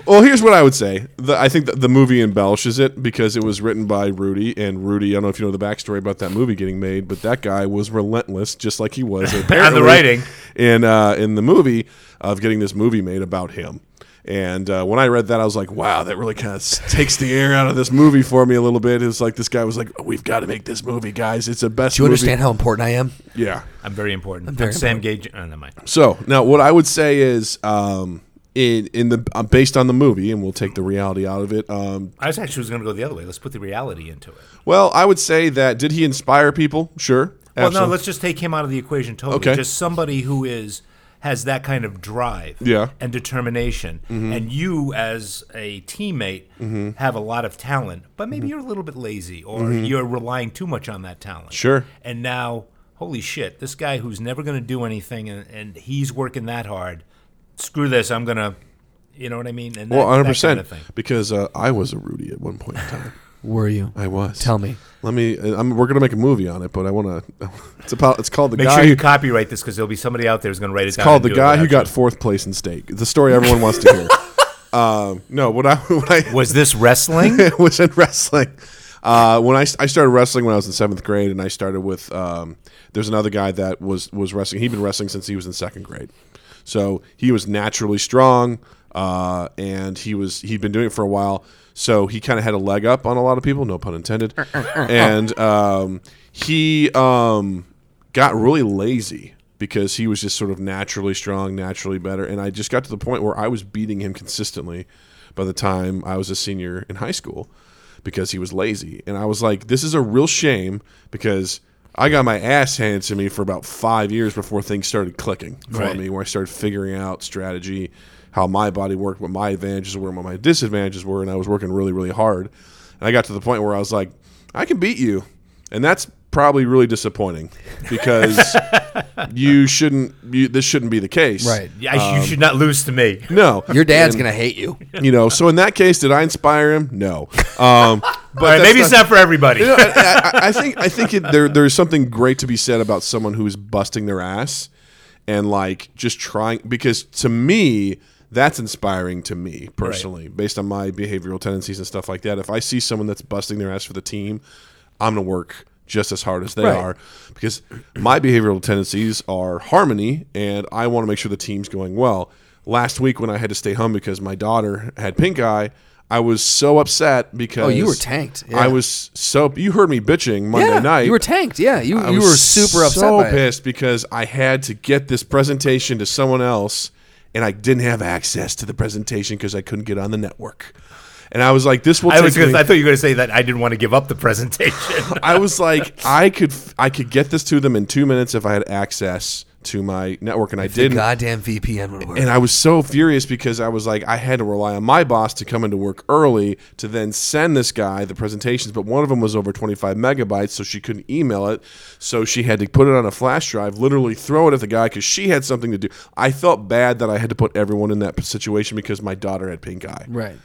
S2: Well, here's what I would say. The, I think that the movie embellishes it because it was written by Rudy and Rudy. I don't know if you know the backstory about that movie getting made, but that guy was relentless, just like he was apparently
S1: writing.
S2: in uh, in the movie of getting this movie made about him. And uh, when I read that, I was like, "Wow, that really kind of takes the air out of this movie for me a little bit." It's like this guy was like, "We've got to make this movie, guys. It's the best."
S3: Do you
S2: movie."
S3: understand how important I am?
S2: Yeah.
S1: I'm very important. I'm,
S3: very
S1: Sam Gage. Oh, never mind.
S2: So now, what I would say is, um, in in the uh, based on the movie, and we'll take the reality out of it. Um,
S1: I was actually was going to go the other way. Let's put the reality into it.
S2: Well, I would say that did he inspire people? Sure.
S1: Well, no,
S2: Absolutely.
S1: let's just take him out of the equation totally.
S2: Okay.
S1: Just somebody who is has that kind of drive
S2: Yeah. Mm-hmm.
S1: and determination. And you as a teammate have a lot of talent, but
S2: Mm-hmm.
S1: maybe you're a little bit lazy or you're relying too much on that talent.
S2: Sure.
S1: And now, holy shit, this guy who's never going to do anything and, and he's working that hard. Screw this, I'm going to you know what I mean? And that,
S2: Well,
S1: that
S2: 100%
S1: kind of thing.
S2: because uh, I was a Rudy at one point in time.
S3: Were you?
S2: I was.
S3: Tell me.
S2: Let me uh, I'm, we're going to make a movie on it, but I want to It's about it's called The
S1: Make
S2: Guy
S1: sure you
S2: Who-
S1: copyright this because there'll be somebody out there who's going to write it down.
S2: called
S1: and
S2: The
S1: do it
S2: Guy Who
S1: without
S2: Got
S1: you.
S2: Fourth Place in Steak. The story everyone wants to hear. um, no, what I what I
S1: Was this wrestling?
S2: was in wrestling. Uh, when I, I started wrestling when I was in seventh grade, and I started with um, there's another guy that was was wrestling. He'd been wrestling since he was in second grade, so he was naturally strong, uh, and he was he'd been doing it for a while. So he kind of had a leg up on a lot of people, no pun intended. and um, he um, got really lazy because he was just sort of naturally strong, naturally better. And I just got to the point where I was beating him consistently by the time I was a senior in high school because he was lazy. And I was like, this is a real shame because I got my ass handed to me for about five years before things started clicking for
S1: Right.
S2: me, where I started figuring out strategy, how my body worked, what my advantages were, what my disadvantages were. And I was working really, really hard. And I got to the point where I was like, I can beat you. And that's probably really disappointing because you shouldn't you, this shouldn't be the case
S3: Right.
S1: Yeah, you should not lose to me.
S2: Um, no
S3: Your dad's gonna hate you.
S2: you know so in that case did i inspire him no um but
S1: All right,
S2: that's
S1: maybe it's not for everybody.
S2: you know, I, I, I think i think it, there there's something great to be said about someone who is busting their ass and like just trying because to me that's inspiring to me personally based on my behavioral tendencies and stuff like that if i see someone that's busting their ass for the team i'm gonna work just as hard as they
S3: Right.
S2: are because my behavioral tendencies are harmony and I want to make sure the team's going well. Last week when I had to stay home because my daughter had pink eye, I was so upset because
S3: Oh, you were tanked, yeah.
S2: I was so you heard me bitching Monday
S3: yeah,
S2: night.
S3: you were tanked. Yeah, you,
S2: I
S3: you
S2: was
S3: were super upset.
S2: So
S3: by it.
S2: pissed because I had to get this presentation to someone else, and I didn't have access to the presentation because I couldn't get on the network. And I was like, "This will."
S1: I
S2: take
S1: was gonna,
S2: me-
S1: I thought you were going to say that I didn't want to give up the presentation.
S2: I was like, I could I could get this to them in two minutes if I had access to my network, and I
S3: The
S2: didn't.
S3: goddamn VPN would work.
S2: And I was so furious because I was like, I had to rely on my boss to come into work early to then send this guy the presentations. But one of them was over 25 megabytes, so she couldn't email it. So she had to put it on a flash drive, literally throw it at the guy because she had something to do. I felt bad that I had to put everyone in that situation because my daughter had pink eye
S3: right.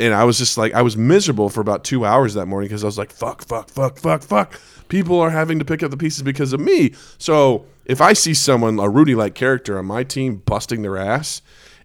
S2: and I was just like, I was miserable for about two hours that morning because I was like, fuck, fuck, fuck, fuck, fuck. People are having to pick up the pieces because of me. So if I see someone, a Rudy like character on my team, busting their ass,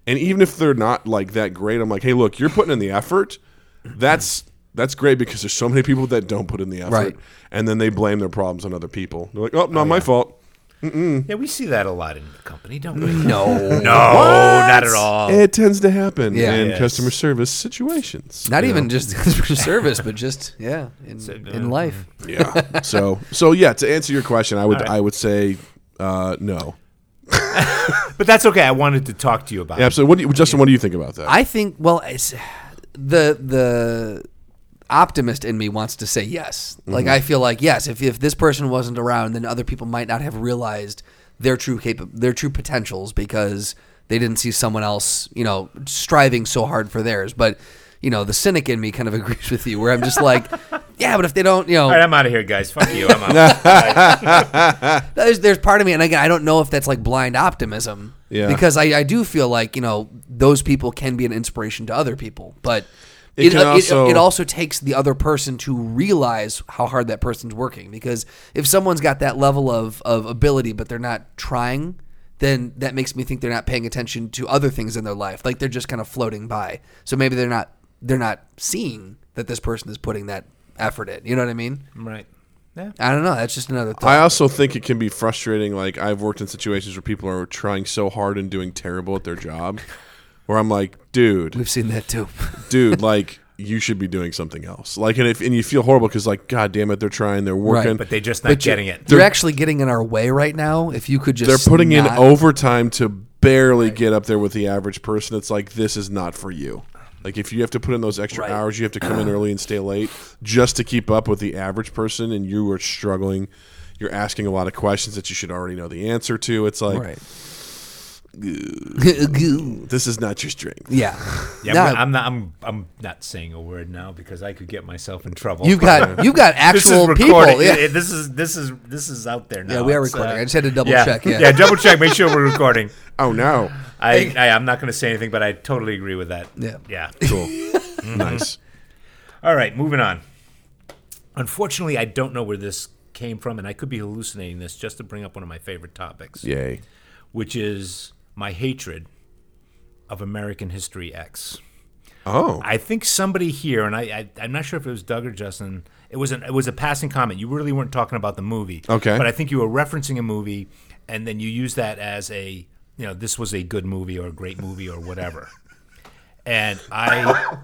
S2: and even if they're not like that great, I'm like, hey, look, you're putting in the effort. That's that's great because there's so many people that don't put in the effort,
S3: Right.
S2: and then they blame their problems on other people. They're like, oh, not my fault.
S1: yeah, we see that a lot in the company, don't we?
S2: Mm.
S3: No.
S1: No, not at all.
S2: It tends to happen
S3: Oh. Yeah.
S2: in
S1: Yes.
S2: customer service situations.
S3: Not even just for service, but just yeah, in, in life.
S2: mm-hmm. Yeah. So so yeah, to answer your question, I would I would say uh, no.
S1: but that's okay. I wanted to talk to you about
S2: Yeah,
S1: it.
S2: so what do you, Justin, what do you think about that?
S3: I think well, it's, the the optimist in me wants to say yes. Like I feel like yes, if if this person wasn't around, then other people might not have realized their true capa- their true potentials because they didn't see someone else, you know, striving so hard for theirs. But you know, the cynic in me kind of agrees with you, where I'm just like, yeah, but if they don't, you know,
S1: All right, I'm out of here, guys. Fuck you. I'm out.
S3: there's, there's part of me, and again, I don't know if that's like blind optimism.
S2: Yeah.
S3: Because I, I do feel like, you know, those people can be an inspiration to other people, but
S2: It
S3: it, uh,
S2: can
S3: it,
S2: also-
S3: it, also takes the other person to realize how hard that person's working. Because if someone's got that level of, of ability, but they're not trying, then that makes me think they're not paying attention to other things in their life. Like they're just kind of floating by. So maybe they're not they're not seeing that this person is putting that effort in. You know what I mean?
S1: right. Yeah.
S3: I don't know. That's just another thought.
S2: I also think it can be frustrating. Like I've worked in situations where people are trying so hard and doing terrible at their job, where I'm like, dude,
S3: We've seen that too.
S2: dude, like you should be doing something else. Like, and if and you feel horrible because like, god damn it, they're trying, they're working,
S1: But they're just not getting it.
S3: You're actually getting in our way right now. If you could just
S2: they're putting
S3: not-
S2: in overtime to barely get up there with the average person. It's like this is not for you. Like if you have to put in those extra
S3: Right.
S2: hours, you have to come in early and stay late just to keep up with the average person, and you are struggling. You're asking a lot of questions that you should already know the answer to. It's like
S3: right. Goo.
S2: this is not your strength.
S3: yeah,
S1: Yeah,
S3: No,
S1: I'm not. I'm. I'm not saying a word now because I could get myself in trouble.
S3: you've got you've got
S1: this
S3: actual
S1: is recorded.
S3: people. Yeah.
S1: It- it- this is this is this is out there now.
S3: Yeah, we are
S1: It's, uh,
S3: recording. I just had to double
S1: yeah.
S3: check, yeah.
S1: double check. Make sure we're recording.
S2: Oh no!
S1: I, I I'm not going to say anything, but I totally agree with that.
S3: Yeah.
S1: Yeah.
S2: Cool, nice.
S1: All right, moving on. Unfortunately, I don't know where this came from, and I could be hallucinating this just to bring up one of my favorite topics,
S2: Yay!
S1: which is my hatred of American History X.
S2: Oh,
S1: I think somebody here, and I, I I'm not sure if it was Doug or Justin. It was an, it was a passing comment. You really weren't talking about the movie,
S2: Okay.
S1: But I think you were referencing a movie, and then you used that as a you know this was a good movie or a great movie or whatever. And I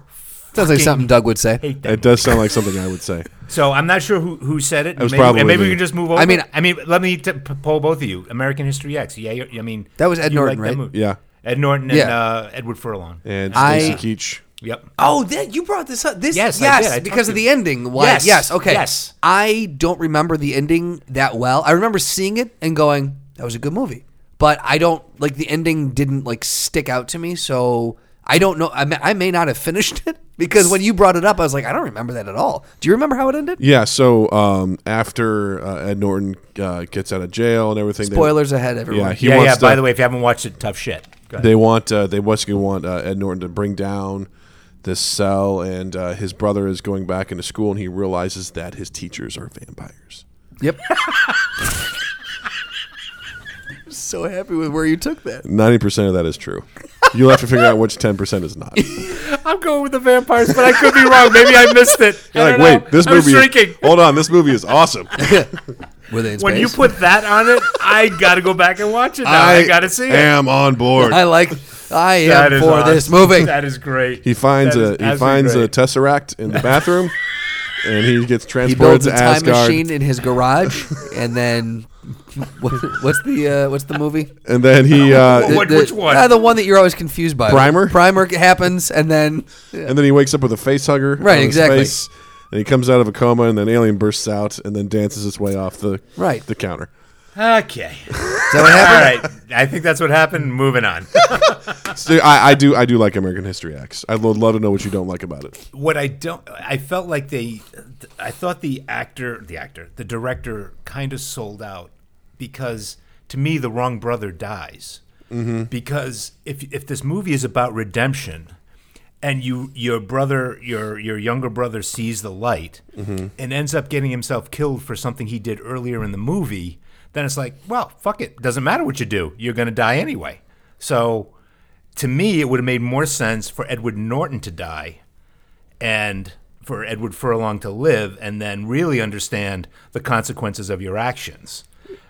S3: Sounds like
S1: fucking
S3: something Doug would say.
S1: hate that.
S2: It does sound like something I would say.
S1: So I'm not sure who, who said it.
S2: was
S1: maybe,
S2: probably
S1: and maybe we
S2: me.
S1: can just move over.
S3: I mean-
S1: I mean, let me t- p- poll both of you. American History X. Yeah, you I mean
S3: That was Ed
S1: you
S3: Norton,
S1: like that
S3: right?
S1: movie.
S2: Yeah.
S1: Ed Norton and
S3: Yeah.
S1: uh, Edward Furlong.
S2: And
S3: I-
S2: Stacy Keach.
S1: Yep.
S3: Oh, that, you brought this up. This
S1: Yes,
S3: yes,
S1: I did. I talked
S3: because
S1: to
S3: of
S1: you.
S3: the ending. Why?
S1: Yes,
S3: Yes, okay.
S1: yes.
S3: I don't remember the ending that well. I remember seeing it and going, "That was a good movie," but I don't like the ending. Didn't like stick out to me, so I don't know. I may, I may not have finished it because when you brought it up, I was like, "I don't remember that at all." Do you remember how it ended?
S2: Yeah, so um, after uh, Ed Norton uh, gets out of jail and everything, they-
S3: Spoilers ahead, everyone.
S2: yeah, he
S1: yeah,
S2: wants
S1: yeah.
S2: to,
S1: By the way, if you haven't watched it, tough shit. Go ahead.
S2: they want uh, they basically want uh, Ed Norton to bring down this cell, and uh, his brother is going back into school, and he realizes that his teachers are vampires.
S3: Yep. I'm so happy with where you took that.
S2: Ninety percent of that is true. You'll have to figure out which ten percent is not. You're
S1: I'm going with the vampires, but I could be wrong. Maybe I missed it. I
S2: like,
S1: don't know.
S2: wait, this
S1: I was
S2: movie.
S1: shrinking.
S2: Is, hold on, this movie is awesome.
S3: Were they in
S1: When you
S3: space?
S1: put that on it, I gotta go back and watch it. Now. I, gotta see it.
S2: am on board.
S3: I like. I
S1: That
S3: am
S1: is
S3: for
S1: awesome.
S3: this movie.
S1: That is great.
S2: He finds
S1: That is
S2: a he
S1: absolutely
S2: finds a
S1: great.
S2: tesseract in the bathroom, and he gets
S3: He
S2: transported
S3: builds a
S2: to
S3: time
S2: Asgard.
S3: machine in his garage, and then what, what's the uh, what's the movie?
S2: And then he
S1: Wh-
S2: uh,
S1: what-
S3: the,
S1: which one?
S3: ah, the one that you're always confused by.
S2: Primer?
S3: Primer happens, and then
S2: and then he wakes up with a face hugger.
S3: Right,
S2: on his
S3: exactly.
S2: face, and he comes out of a coma, and then alien bursts out, and then dances his way off the
S3: Right.
S2: the counter.
S1: okay.
S3: is that what
S1: All
S3: happened?
S1: right. I think that's what happened. Moving on.
S2: So I, I do I do like American History X. I'd lo- love to know what you don't like about it.
S1: what I don't, I felt like they, I thought the actor, the actor, the director kind of sold out because to me, the wrong brother dies. Because if if this movie is about redemption, and you your brother your your younger brother sees the light and ends up getting himself killed for something he did earlier in the movie, then it's like, well, fuck it, doesn't matter what you do, you're gonna die anyway. So. To me, it would have made more sense for Edward Norton to die and for Edward Furlong to live and then really understand the consequences of your actions.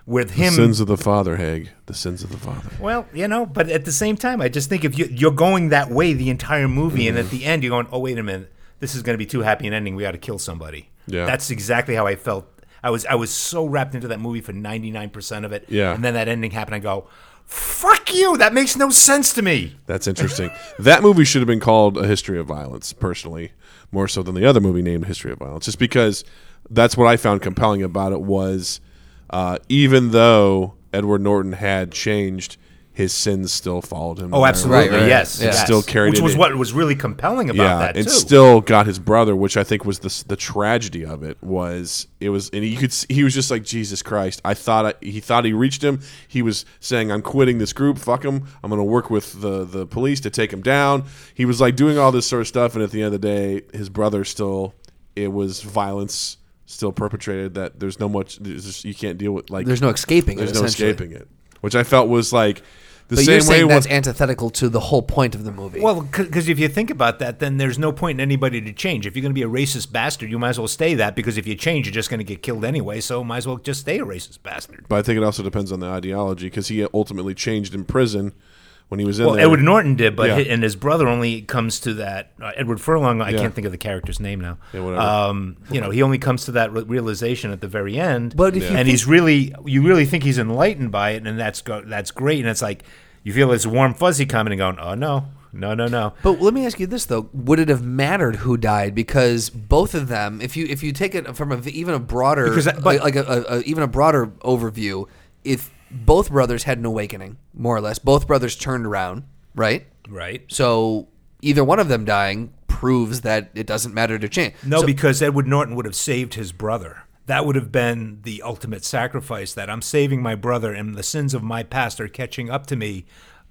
S1: With him,
S2: Sins of the father, Haig. The sins of the father.
S1: well, you know, but at the same time, I just think if you, you're going that way the entire movie, and at the end, you're going, oh, wait a minute, this is going to be too happy an ending. We got to kill somebody.
S2: Yeah.
S1: That's exactly how I felt. I was I was so wrapped into that movie for 99% of it.
S2: Yeah.
S1: And then that ending happened. I go, fuck you. That makes no sense to me.
S2: That's interesting. that movie should have been called A History of Violence, personally, more so than the other movie named History of Violence, just because that's what I found compelling about it was uh, even though Edward Norton had changed, his sins still followed him.
S1: Oh,
S2: no matter
S1: absolutely.
S3: right.
S1: Yes.
S3: Yeah.
S1: yes.
S2: Still carried
S1: Which
S2: it
S1: was
S2: in.
S1: what was really compelling about
S2: yeah,
S1: that, too.
S2: and still got his brother, which I think was the s- the tragedy of it was it was, and you could s- he was just like Jesus Christ. I thought I, he thought he reached him. He was saying, "I'm quitting this group. Fuck him. I'm going to work with the the police to take him down." He was like doing all this sort of stuff, and at the end of the day, his brother still it was violence still perpetrated that there's no much there's just, you can't deal with like
S3: There's no escaping.
S2: there's
S3: it,
S2: no
S3: essentially.
S2: escaping it, which I felt was like the
S3: But
S2: same
S3: you're
S2: way
S3: saying
S2: was
S3: that's antithetical to the whole point of the movie.
S1: Well, because if you think about that, then there's no point in anybody to change. If you're going to be a racist bastard, you might as well stay that because if you change, you're just going to get killed anyway. So might as well just stay a racist bastard.
S2: But I think it also depends on the ideology because he ultimately changed in prison when he was in
S1: Well,
S2: there.
S1: Edward Norton did, but
S2: Yeah.
S1: hi- and his brother only comes to that. Uh, Edward Furlong, I
S2: Yeah.
S1: can't think of the character's name now.
S2: whatever.
S1: um, you know, he only comes to that re- realization at the very end.
S3: But if you
S1: and he's really, you really think he's enlightened by it, and that's go- that's great. And it's like you feel this warm fuzzy coming and going, oh no, no, no, no.
S3: But let me ask you this though: Would it have mattered who died? Because both of them, if you if you take it from a, even a broader,
S1: Because that- but-
S3: like a, a, a- even a broader overview, if both brothers had an awakening, more or less, both brothers turned around, right?
S1: Right.
S3: So either one of them dying proves that it doesn't matter to change.
S1: No,
S3: So-
S1: because Edward Norton would have saved his brother. That would have been the ultimate sacrifice that I'm saving my brother and the sins of my past are catching up to me,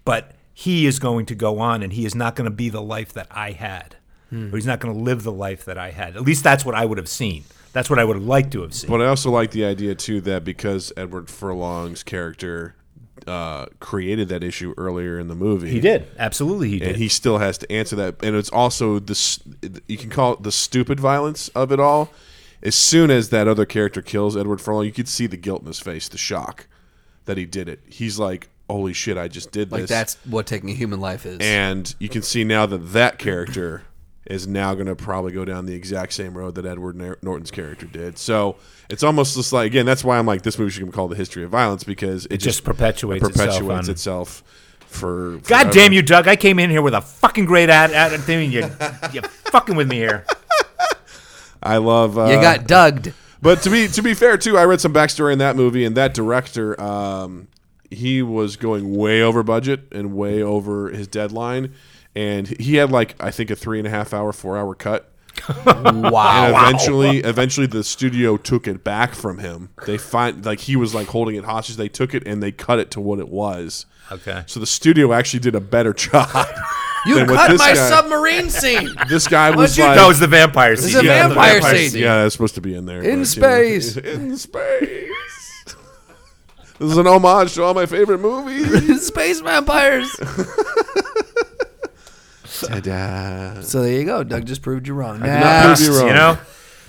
S1: but he is going to go on and he is not going to be the life that I had.
S3: Hmm.
S1: Or he's not going to live the life that I had. At least that's what I would have seen. That's what I would have liked to have seen.
S2: but I also like the idea too that because Edward Furlong's character uh, created that issue earlier in the movie,
S1: he did. Absolutely he did.
S2: and he still has to answer that. And it's also this you can call it the stupid violence of it all. As soon as that other character kills Edward Furlong, you could see the guilt in his face, the shock that he did it. He's like, "Holy shit, I just did
S3: like
S2: this."
S3: that's what taking a human life is.
S2: and you can see now that that character is now going to probably go down the exact same road that Edward Nor- Norton's character did. So it's almost just like again, that's why I'm like this movie should be called the history of violence because it,
S1: just perpetuates itself
S2: perpetuates
S1: on-
S2: itself, for
S1: God
S2: forever.
S1: damn you, Doug! I came in here with a fucking great ad. ad thing, and you, you fucking with me here.
S2: I love uh,
S3: You got dugged.
S2: but to be to be fair too, I read some backstory in that movie, and that director, um, he was going way over budget and way over his deadline, and he had like I think a three and a half hour, four hour cut.
S3: Wow.
S2: And eventually, eventually, the studio took it back from him. They find like he was like holding it hostage. They took it and they cut it to what it was.
S1: Okay.
S2: So the studio actually did a better job.
S3: You
S2: than what
S3: cut
S2: this
S3: my
S2: guy-
S3: submarine scene
S2: This guy was
S1: That
S2: like,
S1: was the vampire scene.
S3: Uh, is a
S1: Yeah, the
S3: vampire scene.
S2: Yeah, that's supposed to be in there.
S3: in
S2: but, you know.
S3: space.
S2: in space. this is an homage to all my favorite movies.
S3: Space vampires. So there you go. Doug just proved you wrong.
S2: not
S3: Nah.
S2: prove you wrong.
S1: You know,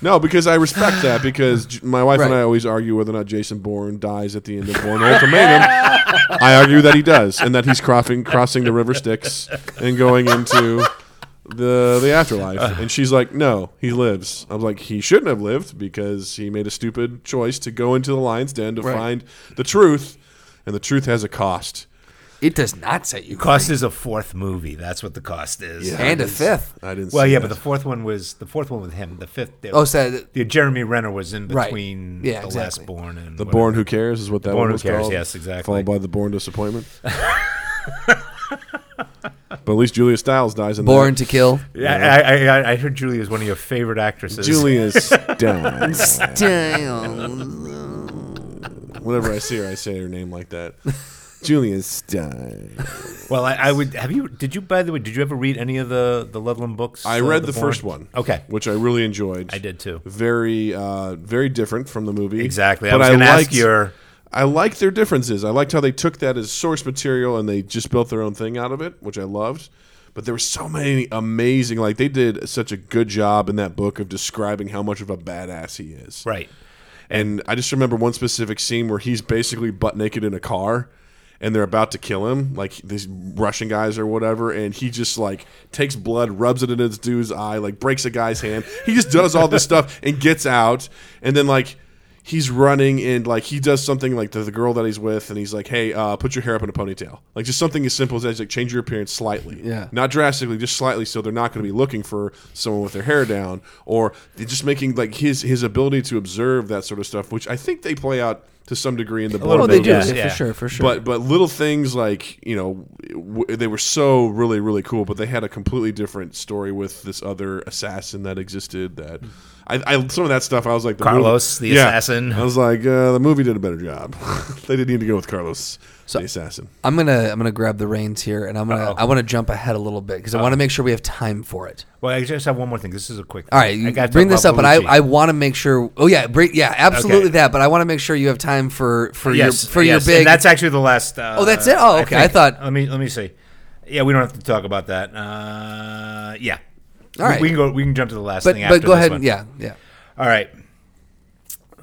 S2: No, because I respect that because j- my wife and
S3: Right.
S2: I always argue whether or not Jason Bourne dies at the end of Bourne Ultimatum. I argue that he does and that he's crossing crossing the River Styx and going into the the
S1: Uh.
S2: afterlife. And she's like, "No, he lives." I'm like, "He shouldn't have lived because he made a stupid choice to go into the lion's den to
S3: Right.
S2: find the truth, and the truth has a cost."
S3: It does not set you
S1: cost is a fourth movie. That's what the cost is.
S3: and a fifth.
S2: I didn't.
S1: Well,
S2: see
S1: yeah,
S2: that.
S1: but the fourth one was the fourth one with him. The fifth. The,
S3: Oh, so that-
S1: the Jeremy Renner was in
S3: Right.
S1: between
S3: Yeah,
S1: the
S3: exactly.
S1: last born and
S2: The
S1: whatever.
S2: Born Who Cares is what that
S1: Born
S2: one
S1: Who
S2: was
S1: Cares,
S2: called.
S1: yes, exactly.
S2: Followed by The Born Disappointment. but at least Julia Stiles dies in
S3: Born
S2: that.
S3: to kill.
S1: Yeah, I, I, I, I heard Julie is one of your favorite actresses.
S2: Julia Stiles.
S3: Damn.
S2: Whenever I see her, I say her name like that. Julia Stiles.
S1: Well, I, I would have you. Did you, by the way, did you ever read any of the the Ludlum books?
S2: I
S1: uh,
S2: read the,
S1: Bourne?
S2: first one.
S1: Okay,
S2: Which I really enjoyed.
S1: I did too.
S2: Very, uh, very different from the movie.
S1: Exactly. I was gonna ask your-
S2: I liked their differences. I liked how they took that as source material and they just built their own thing out of it, which I loved. But there were so many amazing. Like they did such a good job in that book of describing how much of a badass he is.
S1: Right.
S2: And I just remember one specific scene where he's basically butt naked in a car and they're about to kill him, like these Russian guys or whatever, and he just like takes blood, rubs it in his dude's eye, like breaks a guy's hand. He just does all this stuff and gets out and then like he's running and like he does something like to the girl that he's with and he's like, Hey, uh, put your hair up in a ponytail. Like just something as simple as that, like change your appearance slightly.
S3: Yeah.
S2: Not drastically, just slightly, so they're not going to be looking for someone with their hair down, or they're just making like his his ability to observe that sort of stuff, which I think they play out to some degree in the
S3: Oh,
S2: board.
S3: they do.
S1: Yeah,
S3: Yeah,
S1: yeah.
S3: For sure. For sure.
S2: But but little things like you know w- they were so really really cool, but they had a completely different story with this other assassin that existed. That I, I some of that stuff I was like the
S1: Carlos,
S2: movie-
S1: the assassin.
S2: I was like uh, the movie did a better job. they didn't need to go with Carlos, the assassin.
S3: I'm gonna I'm gonna grab the reins here, and I'm gonna I want to jump ahead a little bit because I want to make sure we have time for it.
S1: Well, I just have one more thing. This is a quick.
S3: All right,
S1: I
S3: you
S1: gotta
S3: bring
S1: talk
S3: this
S1: about
S3: up, but I,
S1: Bellucci.
S3: I want to make sure. Oh yeah, bring, yeah,
S1: Okay.
S3: absolutely that. But I want to make sure you have time for for
S1: yes,
S3: your for
S1: yes,
S3: your
S1: and
S3: big.
S1: that's actually the last. Uh,
S3: Oh, that's it? Oh, okay, I thought-
S1: Let me let me see. Yeah, we don't have to talk about that. Uh, yeah. We-
S3: All right.
S1: We can go. We can jump to the last
S3: but
S1: thing.
S3: but
S1: after
S3: go
S1: this
S3: ahead.
S1: one.
S3: and Yeah, yeah.
S1: All right.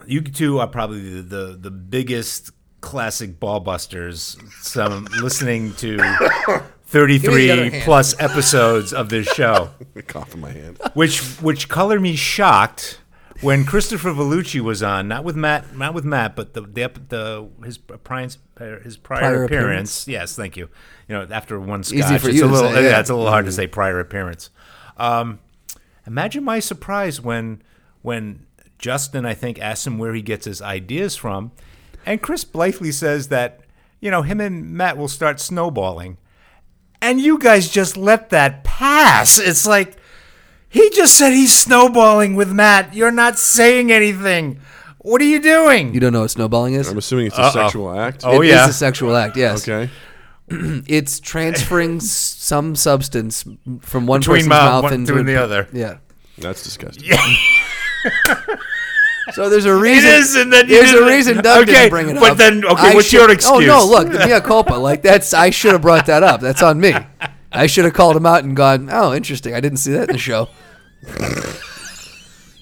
S1: You two are probably the the, the biggest classic ball busters. Some listening to
S3: Give me the other
S1: 33
S3: hand.
S1: plus episodes of this show,
S2: Cough in my hand.
S1: which which color me shocked when Christopher Vellucci was on, not with Matt, not with Matt, but the the, ep- the his prior his prior,
S3: Prior
S1: appearance. Yes, thank you. You know, after one scotch,
S3: for
S1: it's
S3: you
S1: a
S3: to
S1: little
S3: say, yeah. Mm.
S1: it's a little hard to say prior appearance. Um, imagine my surprise when when Justin, I think, asks him where he gets his ideas from, and Chris Blithely says that you know him and Matt will start snowballing, and you guys just let that pass. It's like he just said he's snowballing with Matt. You're not saying anything. What are you doing?
S3: You don't know what snowballing is?
S2: I'm assuming it's a sexual act.
S1: Oh,
S3: It is
S1: yeah.
S3: a sexual act. Yes.
S2: Okay.
S3: It's transferring s- some substance from one
S1: Between
S3: person's
S1: mouth-
S3: mouth,
S1: one-
S3: into
S1: doing the other.
S3: Yeah.
S2: That's disgusting.
S3: So there's a
S1: It
S3: reason.
S1: is, and then you
S3: There's a
S1: didn't-
S3: reason Doug
S1: okay,
S3: didn't bring it
S1: but
S3: up.
S1: then, okay,
S3: I
S1: what's your excuse?
S3: Oh no, look, the mea culpa. Like that's I should have brought that up. That's on me. I should have called him out and gone. Oh, interesting. I didn't see that in the show.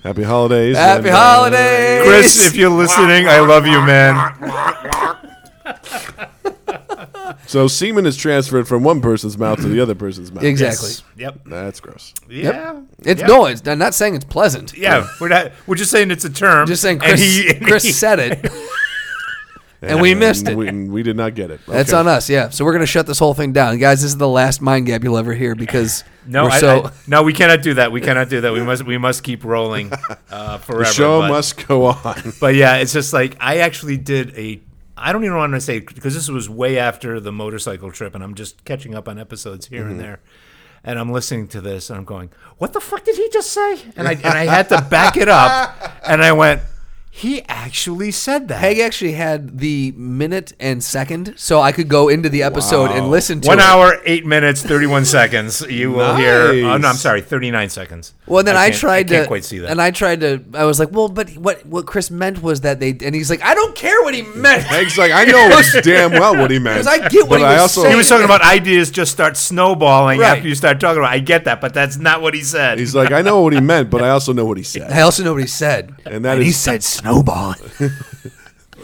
S2: Happy holidays.
S3: Happy
S2: and, uh,
S3: holidays,
S1: Chris, if you're listening, I love you, man.
S2: So semen is transferred from one person's mouth to the other person's mouth.
S3: Exactly.
S1: Yep.
S2: That's gross.
S1: Yeah.
S3: It's
S1: Yep.
S3: no. It's, I'm not saying it's pleasant.
S1: Yeah, we're not. We're just saying it's a term.
S3: I'm just saying
S1: and
S3: Chris.
S1: he- and
S3: Chris
S1: he-
S3: said it. And we missed it.
S2: We, we did not get it.
S3: That's on us. Yeah. So we're gonna shut this whole thing down, guys. This is the last mind gap you'll ever hear because
S1: no,
S3: we're
S1: I,
S3: so
S1: I- no, we cannot do that. We cannot do that. We must. We must keep rolling uh, forever.
S2: The show
S1: but-
S2: must go on.
S1: But yeah, it's just like I actually did a. I don't even want to say because this was way after the motorcycle trip, and I'm just catching up on episodes here
S3: Mm-hmm.
S1: and there. And I'm listening to this, and I'm going, "What the fuck did he just say?" And I and I had to back it up, and I went, "He actually said that."
S3: Peg actually had the minute and second, so I could go into the episode and listen to
S1: One
S3: it.
S1: hour, eight minutes, thirty-one seconds. You will hear. Oh, no, I'm
S2: Nice.
S1: sorry, thirty-nine seconds.
S3: Well, then I,
S1: can't-
S3: tried
S1: I can't
S3: to
S1: quite see that.
S3: and I tried to. I was like, well, but what what Chris meant was that they. And he's like, I don't care what he meant.
S2: Meg's like, I know damn well what he meant.
S3: 'Cause I get
S2: but
S3: what he
S2: I
S3: was
S2: also,
S3: saying.
S1: he was talking about ideas just start snowballing
S3: Right.
S1: after you start talking about. I get that, but that's not what he said.
S2: He's like, I know what he meant, but I also know what he said.
S3: I also know what he said.
S2: And that
S3: he
S2: is-
S3: said snowball.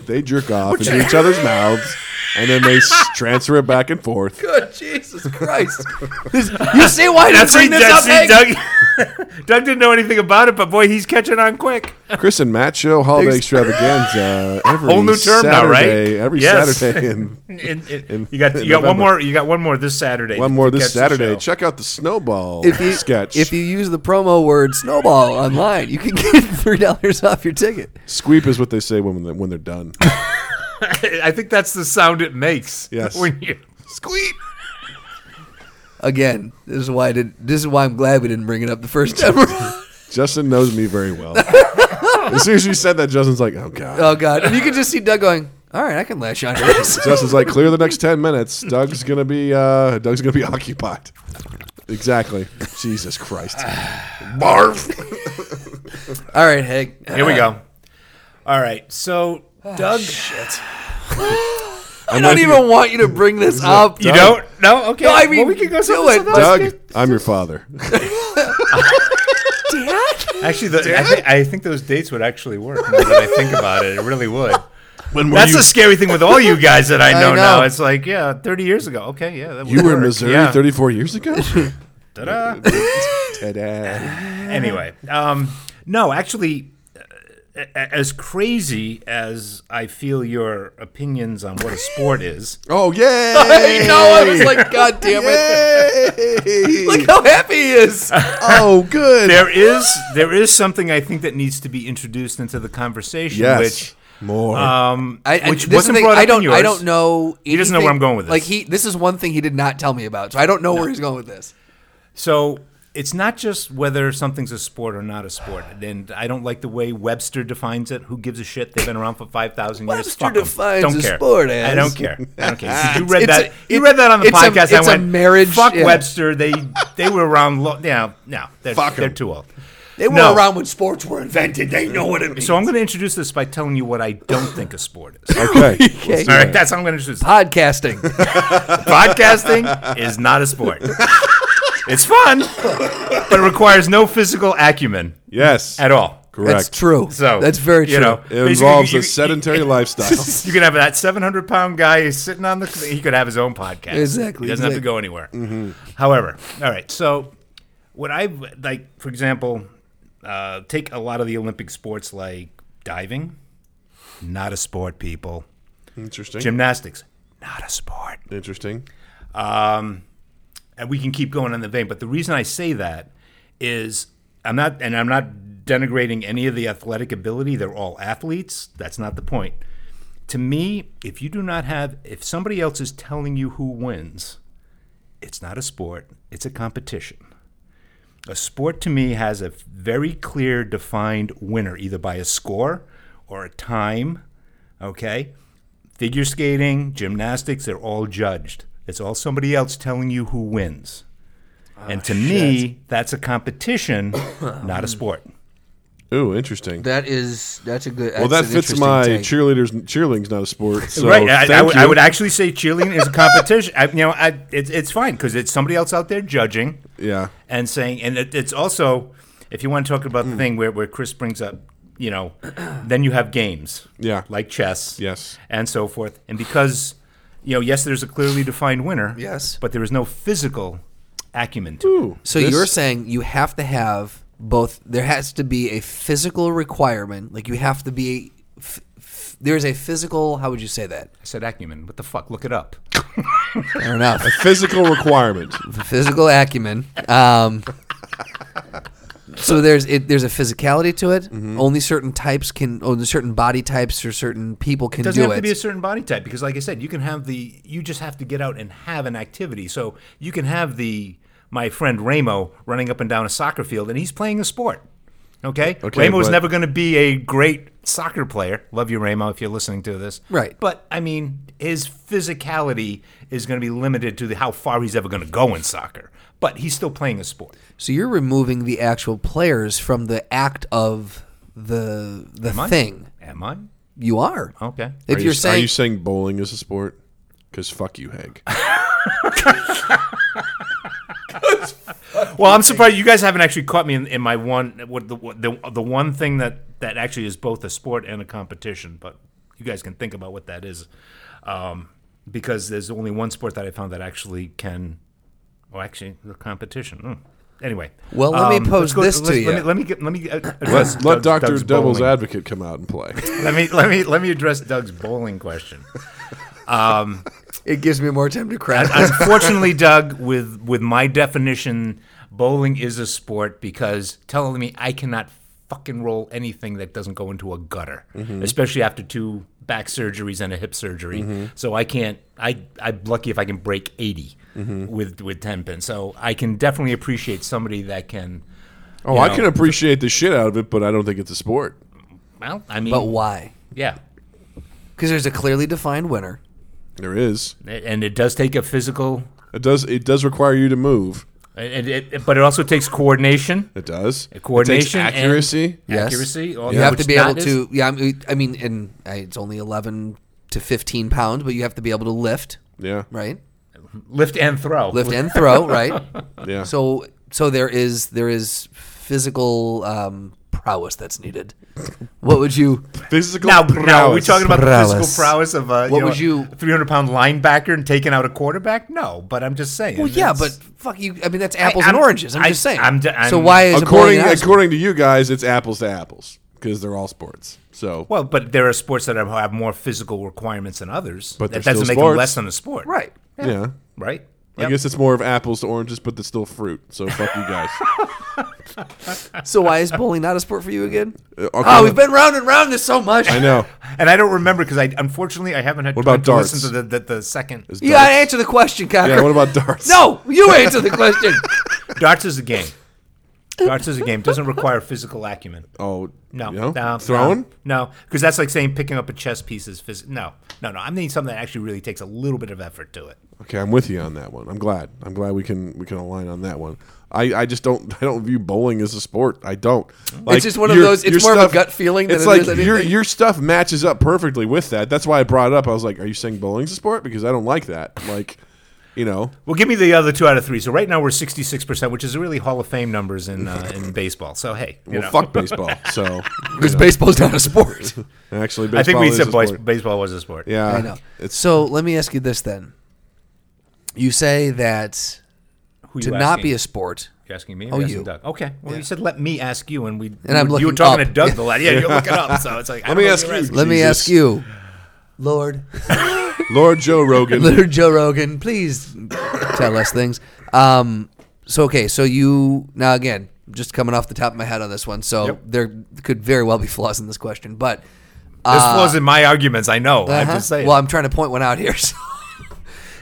S2: They jerk off into each other's mouths, and then they s- transfer it back and forth.
S3: Good Jesus Christ! This- you see why I didn't
S1: That's
S3: bring
S1: what-
S3: this up,
S1: that's what
S3: Hank?
S1: Doug, Doug didn't know anything about it, but boy, he's catching on quick.
S2: Chris and Matt show holiday extravaganza every
S1: Whole new term now, right?
S2: Saturday, Every
S1: Yes.
S2: Saturday, and
S1: In- in-
S2: In-
S1: you got
S2: in
S1: you got one
S2: November.
S1: more. You got one more this Saturday.
S2: one
S1: to-
S2: more
S1: to
S2: this
S1: catch the
S2: Saturday.
S1: show.
S2: Check out the snowball
S3: If you,
S2: sketch.
S3: if you use the promo word snowball online, you can get three dollars off your ticket.
S2: Squeep is what they say when they- when they're done.
S1: I think that's the sound it makes.
S2: Yes.
S1: When you,
S2: Squeep.
S3: Again, this is why I did. This is why I'm glad we didn't bring it up the first time. around.
S2: Justin knows me very well. as soon as you said that, Justin's like, "Oh God."
S3: oh God! And you can just see Doug going. All right, I can lash on to this.
S2: Justin's like, "Clear the next ten minutes. Doug's gonna be uh, Doug's gonna be occupied." Exactly. Jesus Christ. Barf.
S3: All right, Hank.
S1: here we go. All right. So Doug,
S3: I don't even want you to bring this up.
S1: you don't? No. Okay.
S3: No, I
S1: Well,
S3: mean,
S1: we can go
S3: do
S1: something-
S3: it.
S1: something else.
S2: Doug, I'm your father.
S1: Actually, the, I, thi- I think those dates would actually work. Now that I think about it, it really would.
S2: When were
S1: That's
S2: you,
S1: the scary thing with all you guys that I know,
S3: know.
S1: now. It's like, yeah, 30 years ago. Okay, yeah. That
S2: you
S1: would
S2: were in
S1: work.
S2: Missouri
S1: Yeah.
S2: 34 years ago.
S1: Ta-da.
S2: Ta-da.
S1: anyway, um, no, actually, uh, a- as crazy as I feel your opinions on what a sport is,
S2: Oh
S3: I
S2: yay!
S3: know. I was like, God damn it!
S2: Yay!
S3: Look how happy he is.
S2: oh good.
S1: there is there is something I think that needs to be introduced into the conversation.
S2: yes.
S1: Which
S2: More.
S3: I, I-
S1: Which
S3: this is the
S1: wasn't
S3: thing,
S1: brought up
S3: I
S1: in
S3: don't. I
S1: yours.
S3: don't know. He
S1: doesn't know where I'm going with this.
S3: Like he, this is one thing he did not tell me about, so I don't know where he's going with this.
S1: so. It's not just whether something's a sport or not a sport. And I don't like the way Webster defines it. Who gives a shit? They've been around for 5,000 years.
S3: Webster
S1: Fuck 'em.
S3: defines
S1: don't
S3: a
S1: care.
S3: sport
S1: I
S3: as-
S1: don't care. I don't care. 'Cause You read
S3: It's
S1: that.
S3: a-
S1: you
S3: it-
S1: read that on the
S3: it's a-
S1: podcast. I
S3: it's a
S1: went,
S3: marriage-
S1: Fuck
S3: yeah.
S1: Webster. They they were around. Lo- no, no, they're,
S2: Fuck 'em.
S1: they're too old.
S3: They were
S1: No.
S3: around when sports were invented. They know what it means.
S1: So I'm going to introduce this by telling you what I don't think a sport is. All
S2: okay.
S3: Okay.
S1: right, that's how I'm going to introduce. it.
S3: Podcasting.
S1: Podcasting is not a sport. It's fun, but it requires no physical acumen
S2: Yes.
S1: at all.
S3: That's
S2: Correct.
S3: true.
S1: So
S3: that's very true.
S1: You know,
S2: It
S1: basically
S2: involves
S1: you-
S2: a
S1: you-
S2: sedentary lifestyle.
S1: You could have that 700 pound guy sitting on the. He could have his own podcast.
S3: Exactly,
S1: He doesn't have
S3: exactly. Mm-hmm.
S1: to go anywhere. However, all right. So, what I like, for example, uh, take a lot of the Olympic sports like diving, not a sport, people.
S2: Interesting.
S1: Gymnastics, not a sport.
S2: Interesting.
S1: and we can keep going in the vein. But the reason I say that is I'm not, and I'm not denigrating any of the athletic ability. They're all athletes. That's not the point. To me, if you do not have, if somebody else is telling you who wins, it's not a sport, it's a competition. A sport to me has a very clear defined winner, either by a score or a time. Okay? Figure skating, gymnastics, they're all judged. It's all somebody else telling you who wins. and to me, that's a competition, not a sport.
S2: Ooh, interesting.
S3: That is. That's a good.
S2: Well, that fits my cheerleaders. Cheerleading's not a sport. So
S1: right. I- I,
S2: thank
S1: would-
S2: you.
S1: I would actually say cheerleading is a competition. I, you know, I, it's it's fine because it's somebody else out there judging.
S2: Yeah.
S1: and saying, and it, it's also, if you want to talk about the thing where, where Chris brings up, you know, then you have games,
S2: Yeah.
S1: like chess,
S2: Yes.
S1: and so forth, and because you know, yes, there's a clearly defined winner.
S3: Yes.
S1: But there is no physical acumen to it.
S3: So
S2: This-
S3: you're saying you have to have both. There has to be a physical requirement. Like you have to be. F- f- there's a physical. How would you say that?
S1: I said acumen. What the fuck? Look it up.
S3: Fair enough.
S2: physical requirement.
S3: physical acumen. Um, so there's it, there's a physicality to it.
S1: Mm-hmm.
S3: Only certain types can. Only certain body types or certain people can
S1: doesn't
S3: do
S1: have to
S3: it.
S1: be a certain body type because like i said you can have the you just have to get out and have an activity so you can have the my friend ramo running up and down a soccer field and he's playing a sport okay,
S2: Okay,
S1: ramo's
S2: but-
S1: never going to be a great soccer player love you ramo if you're listening to this
S3: Right.
S1: but i mean his physicality is going to be limited to the, how far he's ever going to go in soccer but he's still playing a sport
S3: so you're removing the actual players from the act of the the
S1: am
S3: thing.
S1: i Oh. am i
S3: You are.
S1: okay
S3: If
S2: Are
S3: you're
S2: you, are
S3: saying
S2: you saying bowling is a sport? Because fuck you, Hank.
S1: Well, I'm surprised you guys haven't actually caught me in, in my one what the, what the the one thing that that actually is both a sport and a competition. But you guys can think about what that is, um, because there's only one sport that I found that actually can. Well, actually, the competition. Mm. Anyway,
S3: Well, let me
S1: um,
S3: pose
S1: let's go-
S3: this to
S1: let's-
S3: you.
S1: Let me let me, get, let me uh, address
S2: Let, let
S1: Doug's-
S2: Doctor
S1: Doug's
S2: Devil's
S1: bowling.
S2: Advocate come out and play.
S1: Let me let me let me address Doug's bowling question.
S3: it gives me more time to crash.
S1: Unfortunately, Doug, with with my definition, bowling is a sport because telling me I cannot fucking roll anything that doesn't go into a gutter,
S3: Mm-hmm.
S1: especially after two back surgeries and a hip surgery.
S3: Mm-hmm.
S1: So I can't. I I'm lucky if I can break 80
S3: Mm-hmm.
S1: with with ten pin. So I can definitely appreciate somebody that can.
S2: Oh,
S1: you
S2: I
S1: know,
S2: can appreciate the shit out of it, but I don't think it's a sport.
S1: Well, I mean,
S3: but why?
S1: yeah,
S3: Because there's a clearly defined winner.
S2: There is.
S1: and it does take a physical.
S2: It does. It does require you to move.
S1: It, it, it- but it also takes coordination.
S2: It does. It takes
S1: Coordination and-
S2: accuracy.
S3: Yes.
S1: Accuracy, all
S3: You
S1: that,
S3: have to
S1: which
S3: be able
S1: that is-
S3: to. Yeah, I mean, I mean, and I, it's only 11 to 15 pounds, but you have to be able to lift,
S2: Yeah.
S3: right?
S1: lift and throw.
S3: Lift and throw, right?
S2: Yeah.
S3: So, so there is there is physical um, prowess that's needed. What would you?
S2: physical.
S1: Now, now are we
S2: prowess.
S1: talking about the
S3: Prowess.
S1: physical prowess of uh, a
S3: What would you-
S1: 300 pound linebacker and taking out a quarterback? No, but I'm just saying.
S3: Well, yeah,
S1: it's-
S3: but fuck you. I mean, that's apples
S1: I-
S3: and
S1: I'm-
S3: oranges. I'm
S1: I-
S3: just saying.
S1: I'm d- I'm-
S3: so why is
S2: according
S3: a bowling alley-
S2: according to you guys, it's apples to apples because they're all sports. So
S1: well, but there are sports that have- have more physical requirements than others.
S2: But
S1: that
S2: they're
S1: doesn't
S2: still
S1: make them
S2: sports.
S1: less than a sport,
S3: right?
S2: yeah.
S1: Right.
S2: I
S1: Yep.
S2: guess it's more of apples to oranges, but it's still fruit. So fuck you guys.
S3: So why is bowling not a sport for you again?
S2: okay.
S3: Oh, we've been round and round this so much.
S2: I know.
S1: And I don't remember because I unfortunately I haven't had
S2: What about
S1: time to listen
S2: darts?
S1: to the, the, the second.
S2: It's
S3: You gotta
S2: darts.
S3: answer the question, Cocker.
S2: Yeah. What about darts?
S3: No, you answer the question.
S1: darts is a game. Darts is a game. Doesn't require physical acumen.
S2: Oh
S1: No,
S2: You know?
S1: no,
S2: Throwing.
S1: No, because that's like saying picking up a chess piece is phys- no, no, no. I'm needing something that actually really takes a little bit of effort to it.
S2: Okay, I'm with you on that one. I'm glad. I'm glad we can we can align on that one. I, I just don't I don't view bowling as a sport. I don't. Like,
S3: just one of
S2: your-
S3: those- it's
S2: your
S3: more of a gut feeling than
S2: it's
S3: it
S2: like
S3: is
S2: your
S3: anything.
S2: your stuff matches up perfectly with that. That's why I brought it up. I was like, are you saying bowling's a sport? Because I don't like that. Like, you know,
S1: Well, give me the other two out of three. So right now we're sixty-six percent, which is really Hall of Fame numbers in uh, in baseball. So hey, you
S2: well,
S1: know.
S2: fuck baseball. So
S3: Because baseball's not a sport.
S2: actually, baseball
S1: I think we
S2: is
S1: said
S2: a
S1: boys,
S2: sport.
S1: baseball was a sport.
S2: Yeah,
S3: I know.
S2: Uh, It's
S3: so let me ask you this then. You say that
S1: Who
S3: to not be a sport,
S1: you asking me?
S3: Oh,
S1: Or asking
S3: you.
S1: Doug? Okay. Well, you said let me ask you, and we
S3: And I'm
S1: you, were
S3: looking
S1: talking
S3: up.
S1: to Doug the last. Yeah, you're looking up. So it's like I
S2: Let
S1: don't
S2: me
S1: know what
S2: ask
S1: you're
S2: you.
S1: asking.
S3: let me
S2: Jesus.
S3: ask you, Lord,
S2: Lord Joe Rogan.
S3: Lord Joe Rogan, please tell us things. Um, so okay, so you now again, just coming off the top of my head on this one, so
S1: Yep.
S3: there could very well be flaws in this question, but
S1: This flaws in my arguments. I know. I'm
S3: Uh, uh-huh.
S1: just saying.
S3: well, I'm trying to point one out here.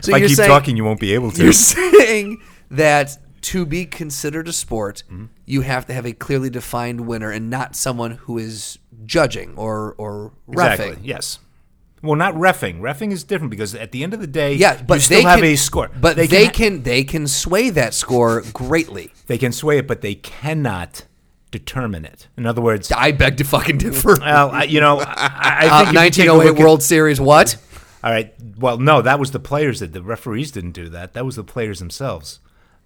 S3: So, so
S1: if I
S3: you're
S1: keep
S3: saying-
S1: talking, you won't be able to.
S3: You're saying that to be considered a sport,
S1: Mm-hmm.
S3: you have to have a clearly defined winner and not someone who is judging or or refing.
S1: Exactly. Yes. Well, not refing. Refing is different because at the end of the day,
S3: Yeah, but
S1: you still
S3: they
S1: have
S3: can,
S1: a score.
S3: But they, can,
S1: ha-
S3: they can sway that score greatly.
S1: they can sway it, but they cannot determine it. In other words,
S3: I beg to fucking differ.
S1: well, I, you know, I, Uh, I
S3: Uh,
S1: think if you take a
S3: 1908
S1: look at-
S3: World Series. What?
S1: all right. Well, no, that was the players that the referees didn't do that. That was the players themselves.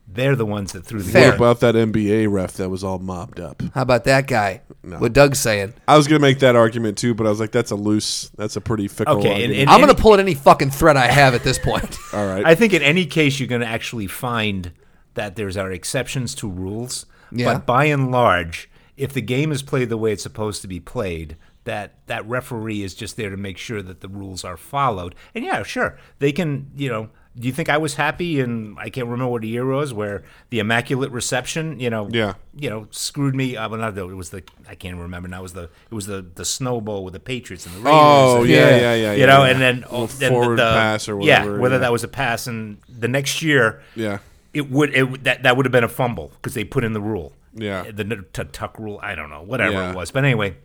S1: They're the ones that threw the
S3: Fair.
S2: What
S1: game.
S2: about that NBA ref that was all mobbed up?
S3: How about that guy? What Doug's saying.
S2: I was gonna make that argument too, but I was like, that's a loose, that's a pretty fickle.
S1: Okay, and-
S2: argument.
S1: and-
S3: I'm going to pull at any fucking thread I have at this point.
S1: Uh,
S2: all right.
S1: I think in any case, you're going to actually find that there's are exceptions to rules.
S3: Yeah.
S1: But by and large, if the game is played the way it's supposed to be played, that that referee is just there to make sure that the rules are followed. And yeah, sure, they can. You know, do you think I was happy? And I can't remember what the year was where the immaculate reception. You know.
S2: Yeah.
S1: You know, screwed me. Uh, well, not the, it was the I can't remember. Now it was the it was the the snowball with the Patriots and the Raiders.
S2: oh
S1: and-
S2: yeah,
S3: Yeah.
S2: yeah, yeah, yeah.
S1: you know,
S2: yeah.
S1: and then
S2: Little
S1: oh, then the-
S2: forward
S1: the,
S2: pass or whatever.
S1: yeah, whether that was a pass, and the next year,
S2: Yeah.
S1: it would it would- that that would have been a fumble because they put in the rule,
S2: Yeah.
S1: the n- t- tuck rule, I don't know, whatever
S2: Yeah.
S1: it was, but anyway,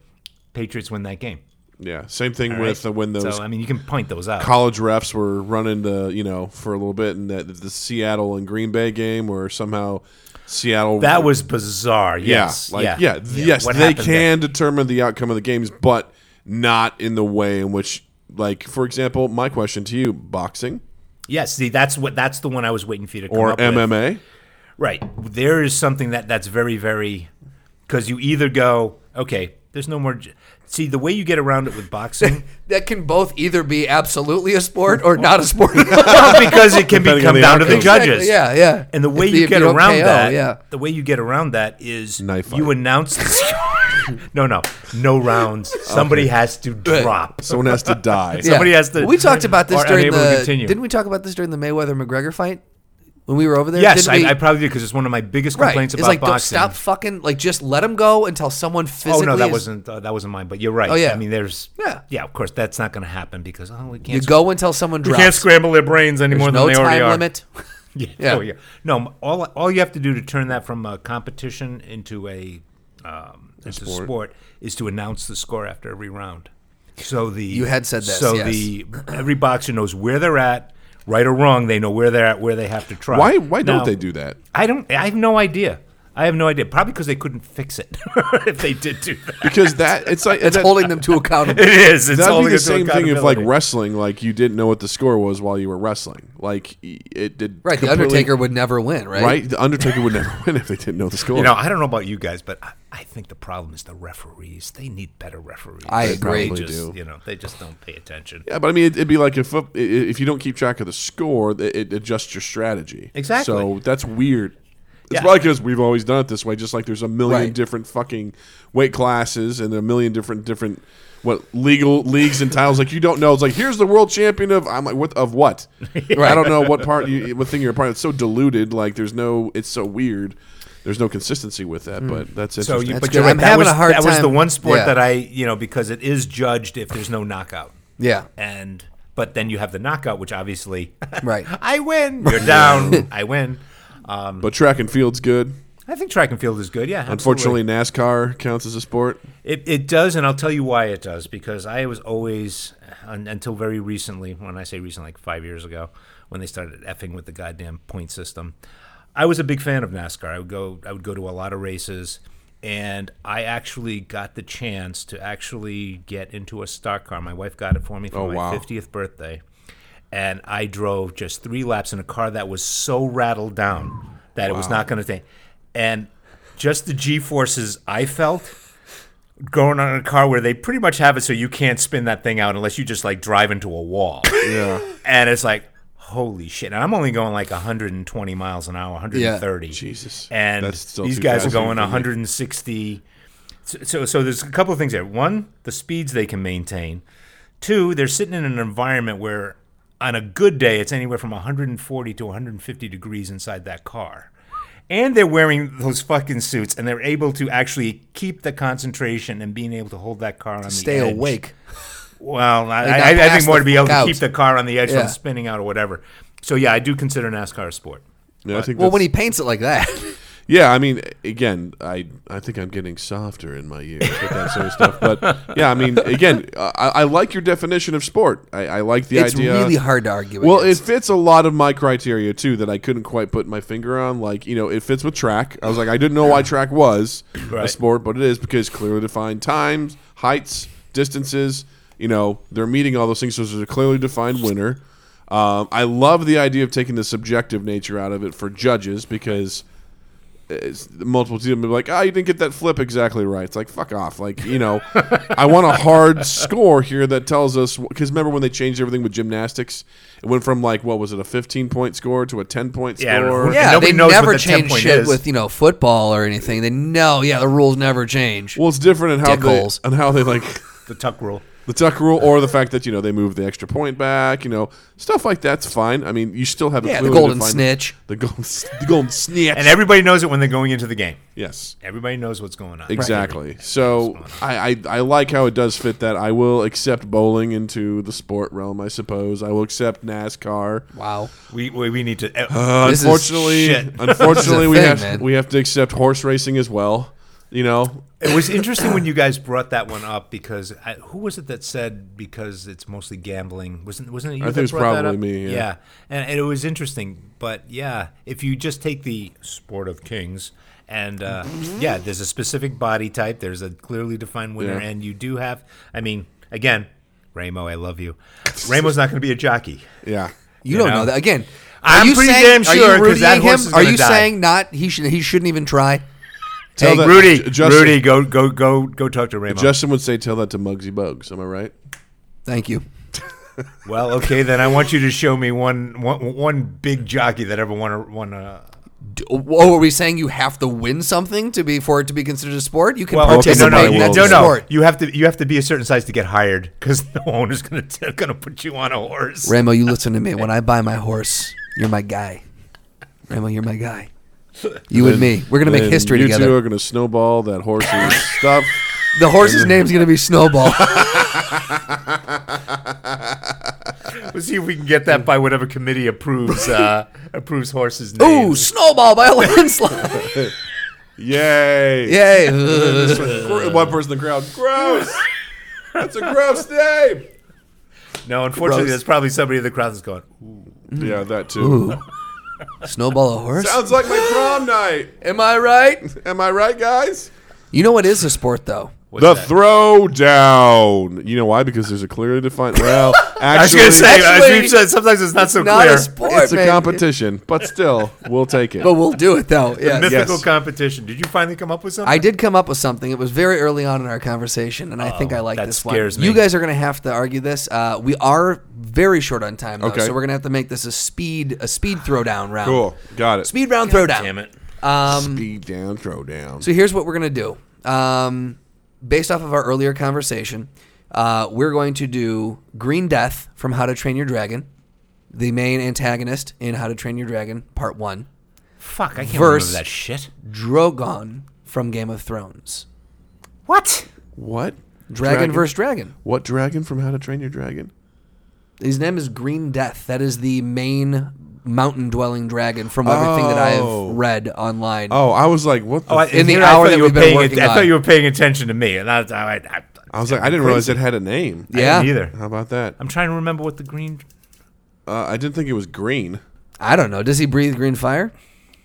S1: Patriots win that game.
S2: yeah. Same thing with uh, when those
S1: so I mean, you can point those out.
S2: college refs were running the you know for a little bit in that the Seattle and Green Bay game where somehow Seattle
S1: that was bizarre.
S2: yeah
S1: Yes,
S2: like yeah, th- yes
S1: What
S2: they
S1: happened there?
S2: can determine the outcome of the games but not in the way in which like for example my question to you boxing
S1: Yes, see, that's what that's the one I was waiting for you to come
S2: or
S1: up with.
S2: MMA
S1: Right. There is something that that's very very because you either go okay, there's no more. j- See the way you get around it with boxing.
S3: that can both either be absolutely a sport or not a sport.
S1: Well, because it can be
S2: Depending
S1: come
S2: on the
S1: down to the
S2: outcome.
S1: judges.
S3: Yeah, yeah.
S1: And the way
S3: If
S1: you
S3: if
S1: get
S3: don't
S1: around
S3: KO,
S1: that,
S3: yeah.
S1: the way you get around that is
S2: Knife
S1: you
S2: fight.
S1: announce the score. no, no, no rounds. Somebody has to drop.
S2: someone has to die
S3: Yeah.
S1: Somebody has to-
S3: We talked about this
S1: are
S3: during
S1: unable to
S3: the.
S1: continue.
S3: Didn't we talk about this during the Mayweather McGregor fight when we were over there?
S1: Yes,
S3: Didn't we-
S1: I, I probably do because it's one of my biggest
S3: right.
S1: complaints
S3: it's
S1: about
S3: like don't
S1: boxing.
S3: stop fucking like just let him go until someone
S1: Oh
S3: physically.
S1: no, that
S3: is-
S1: wasn't uh, that wasn't mine. But you're right.
S3: Oh, yeah.
S1: I mean, there's
S3: Yeah.
S1: yeah. Of course, that's not going to happen because oh, we can't.
S3: You go until someone
S5: You
S3: drops.
S5: can't scramble their brains any more
S3: There's
S5: than
S3: no
S5: they already
S3: time
S5: are.
S3: limit.
S1: Yeah.
S3: Yeah.
S1: Oh, yeah. No, m- all all you have to do to turn that from a competition into a, um, into sport.
S2: sport.
S1: is to announce the score after every round. So the
S3: You had said this,
S1: So
S3: yes.
S1: the every boxer knows where they're at, right or wrong. They know where they're at, where they have to try.
S2: why why
S1: Now,
S2: don't they do that
S1: I don't. I have no idea. I have no idea. Probably because they couldn't fix it if they did do that.
S2: because that it's like
S3: It's
S2: that-
S3: holding them to accountable.
S5: It is. It's
S2: That'd
S5: all
S2: be the
S5: because of
S2: same thing if, like,
S5: accountability.
S2: wrestling, like, you didn't know what the score was while you were wrestling. Like, y- it did.
S3: Right, the
S2: completely-
S3: Undertaker would never win. Right.
S2: Right? The Undertaker would never win if they didn't know the score.
S1: You know, I don't know about you guys, but I, I think the problem is the referees. They need better referees.
S3: I
S1: They
S3: agree.
S1: probably
S2: They
S1: just,
S2: do.
S1: You know, they just don't pay attention.
S2: yeah, but I mean, it, it'd be like if if you don't keep track of the score, it, it adjusts your strategy.
S1: Exactly.
S2: So that's weird. It's
S1: Yeah.
S2: probably because we've always done it this way. Just like there's a million
S3: Right.
S2: different fucking weight classes and a million different different what legal leagues and titles. Like you don't know. It's like here's the world champion of I'm like what of what? I don't know what part you what thing you're a part. of. It's so diluted. Like there's no. It's so weird. There's no consistency with that. But that's
S1: So
S2: interesting.
S1: you,
S3: That's
S1: but you're
S3: good.
S1: right.
S3: I'm
S1: that
S3: having
S1: was,
S3: a hard
S1: That was the
S3: time-
S1: one sport
S3: yeah.
S1: that I, you know, because it is judged if there's no knockout,
S3: Yeah.
S1: and but then you have the knockout, which obviously,
S3: Right.
S1: I win. You're down. I win. Um,
S2: but track and field's good.
S1: I think track and field is good. Yeah.
S2: Unfortunately, NASCAR counts as a sport.
S1: It, it does, and I'll tell you why it does. Because I was always, un, until very recently, when I say recent, like five years ago, when they started effing with the goddamn point system, I was a big fan of NASCAR. I would go, I would go to a lot of races, and I actually got the chance to actually get into a stock car. My wife got it for me for
S2: Oh,
S1: my
S2: wow.
S1: 50th birthday, and I drove just three laps in a car that was so rattled down that it was not going to take, and just the G forces I felt going on in a car where they pretty much have it so you can't spin that thing out unless you just like drive into a wall.
S2: Yeah.
S1: and it's like, holy shit. And I'm only going like 120 miles an hour, 130.
S2: Jesus.
S1: And
S2: That's still
S1: these
S2: too
S1: guys are
S2: fast for
S1: going
S2: me.
S1: 160. So, so, so there's a couple of things there. One, the speeds they can maintain. Two, they're sitting in an environment where on a good day it's anywhere from 140 to 150 degrees inside that car. And they're wearing those fucking suits and they're able to actually keep the concentration and being able to hold that car on the
S3: Stay
S1: edge.
S3: awake.
S1: Well, I,
S3: Like,
S1: I,
S3: not
S1: I
S3: pass
S1: think more
S3: the
S1: to be able
S3: fuck out.
S1: to keep the car on the edge
S3: Yeah.
S1: from spinning out or whatever. So yeah, I do consider NASCAR a sport.
S2: Yeah, I think
S3: Well,
S2: that's-
S3: when he paints it like that,
S2: Yeah, I mean, again, I I think I'm getting softer in my years with that sort of stuff. But yeah, I mean, again, I, I like your definition of sport. I, I like the
S3: it's
S2: idea.
S3: really hard to argue.
S2: Well, it
S3: against.
S2: fits a lot of my criteria too that I couldn't quite put my finger on. Like you know, it fits with track. I was like, I didn't know why track was a
S1: Right.
S2: sport, but it is because clearly defined times, heights, distances. You know, they're meeting all those things, so there's a clearly defined winner. Um, I love the idea of taking the subjective nature out of it for judges because it's, multiple teams be like, "Ah, you didn't get that flip exactly right." It's like, "Fuck off!" Like, you know, I want a hard score here that tells us because remember when they changed everything with gymnastics, it went from like what was it a fifteen point score to a ten point
S1: Yeah,
S2: score.
S1: and
S3: Yeah,
S1: nobody
S3: they
S1: knows what
S3: never
S1: the 10
S3: change
S1: point
S3: shit
S1: is.
S3: with you know football or anything. They no, yeah, the rules never change.
S2: Well, it's different in how
S3: Dick
S2: they
S3: holes.
S2: and how they like
S1: The tuck rule.
S2: the tuck rule or the fact that you know they moved the extra point back. You know, stuff like that's fine. I mean, you still have a
S3: yeah,
S2: clue
S3: the
S2: to
S3: golden
S2: find-
S3: snitch.
S2: the golden the golden snitch.
S1: And everybody knows it when they're going into the game.
S2: yes.
S1: Everybody knows what's going on.
S2: Exactly. So I, I I like how it does fit that. I will accept bowling into the sport realm, I suppose. I will accept NASCAR.
S3: Wow.
S1: We, we, we need to. eh,
S2: Uh,
S3: This is
S2: unfortunately,
S1: shit.
S2: unfortunately, we
S3: thing,
S2: have
S3: man.
S2: we have to accept horse racing as well. You know,
S1: It was interesting when you guys brought that one up because I, who was it that said because it's mostly gambling? Wasn't wasn't it you
S2: I think
S1: that
S2: it was
S1: brought that
S2: probably
S1: up?
S2: me, yeah.
S1: And, and it was interesting, but yeah, if you just take the sport of kings and uh, yeah, there's a specific body type, there's a clearly defined winner,
S2: Yeah.
S1: and you do have. I mean, again, Ramo, I love you. Ramo's not going to be a jockey.
S2: yeah.
S3: You, don't know,
S1: know?
S3: that again.
S1: I'm
S3: are you
S1: pretty
S3: saying,
S1: damn
S3: are you
S1: sure 'cause
S3: rooting
S1: that
S3: him?
S1: horse is
S3: Are
S1: gonna
S3: you
S1: die.
S3: saying not? He should. He shouldn't even try.
S2: Tell that-
S1: Rudy,
S2: J- Justin-
S1: Rudy, go go go go talk to Ramo.
S2: Justin would say, "Tell that to Muggsy Bugs." Am I right?
S3: Thank you.
S1: well, okay, then I want you to show me one one, one big jockey that ever won a won a.
S3: D- Oh, are we saying you have to win something to be for it to be considered a sport? You can
S1: Well, okay,
S3: participate
S1: no, no,
S3: in
S1: you-
S3: that
S2: that's
S1: no, no.
S3: sport.
S1: You have to you have to be a certain size to get hired because the owner's gonna t- gonna put you on a horse.
S3: Ramo, you listen to me. When I buy my horse, you're my guy. Ramo, you're my guy. You and me. We're gonna make
S2: Then
S3: history
S2: you
S3: together.
S2: two are gonna snowball that horse's stuff.
S3: The horse's name's gonna be Snowball.
S1: Let's see if we can get that by whatever committee approves uh, approves horses'
S3: Ooh,
S1: names.
S3: Snowball by a landslide.
S2: Yay!
S3: Yay.
S2: Gr- One person in the crowd. Gross. That's a gross name.
S1: No, unfortunately,
S3: Gross.
S1: there's probably somebody in the crowd that's going. "Ooh,
S3: Mm.
S2: Yeah, that too.
S3: Snowball a horse?
S2: Sounds like my prom night.
S3: Am I right?
S2: Am I right, guys?
S3: You know what is a sport though?
S1: what's
S2: The
S1: that?"
S2: throwdown. You know why? Because there's a clearly defined. Well, actually,
S1: I was gonna say, as
S3: Actually,
S1: we've said, sometimes it's not so
S3: Not
S1: clear.
S3: a sport,
S2: it's a
S3: man.
S2: competition, but still, we'll take it.
S3: But we'll do it though. Yes.
S1: Mythical
S2: Yes.
S1: competition. Did you finally come up with something?
S3: I did come up with something. It was very early on in our conversation, and I think I like
S1: that
S3: this
S1: scares
S3: one.
S1: me.
S3: You guys are going to have to argue this. Uh, we are very short on time, though,
S2: Okay.
S3: so we're going to have to make this a speed a speed throwdown round.
S2: cool. Got it.
S3: Speed round throwdown.
S1: Damn it.
S3: Um,
S2: Speed down, throwdown.
S3: So here's what we're going to do. Um, based off of our earlier conversation, uh, we're going to do Green Death from How to Train Your Dragon, the main antagonist in How to Train Your Dragon Part One.
S1: Fuck, I can't
S3: Verse.
S1: remember that shit.
S3: Drogon from Game of Thrones.
S1: What?
S2: What?
S3: Dragon, versus Dragon.
S2: What dragon from How to Train Your Dragon?
S3: His name is Green Death. That is the main mountain dwelling dragon from everything that
S2: Oh.
S3: I've read online.
S2: Oh, I was like, what the?
S1: Oh, I,
S3: In the
S1: you know,
S3: hour
S1: I thought
S3: that
S1: you
S3: we've
S1: were
S3: been
S1: paying.
S3: working
S1: I
S3: on.
S1: thought you were paying attention to me, and I, I, I,
S2: I was like, I didn't realize it had a name.
S3: yeah.
S1: either.
S2: How about that?
S1: I'm trying to remember what the green.
S2: Uh, I didn't think it was green.
S3: I don't know. Does he breathe green fire?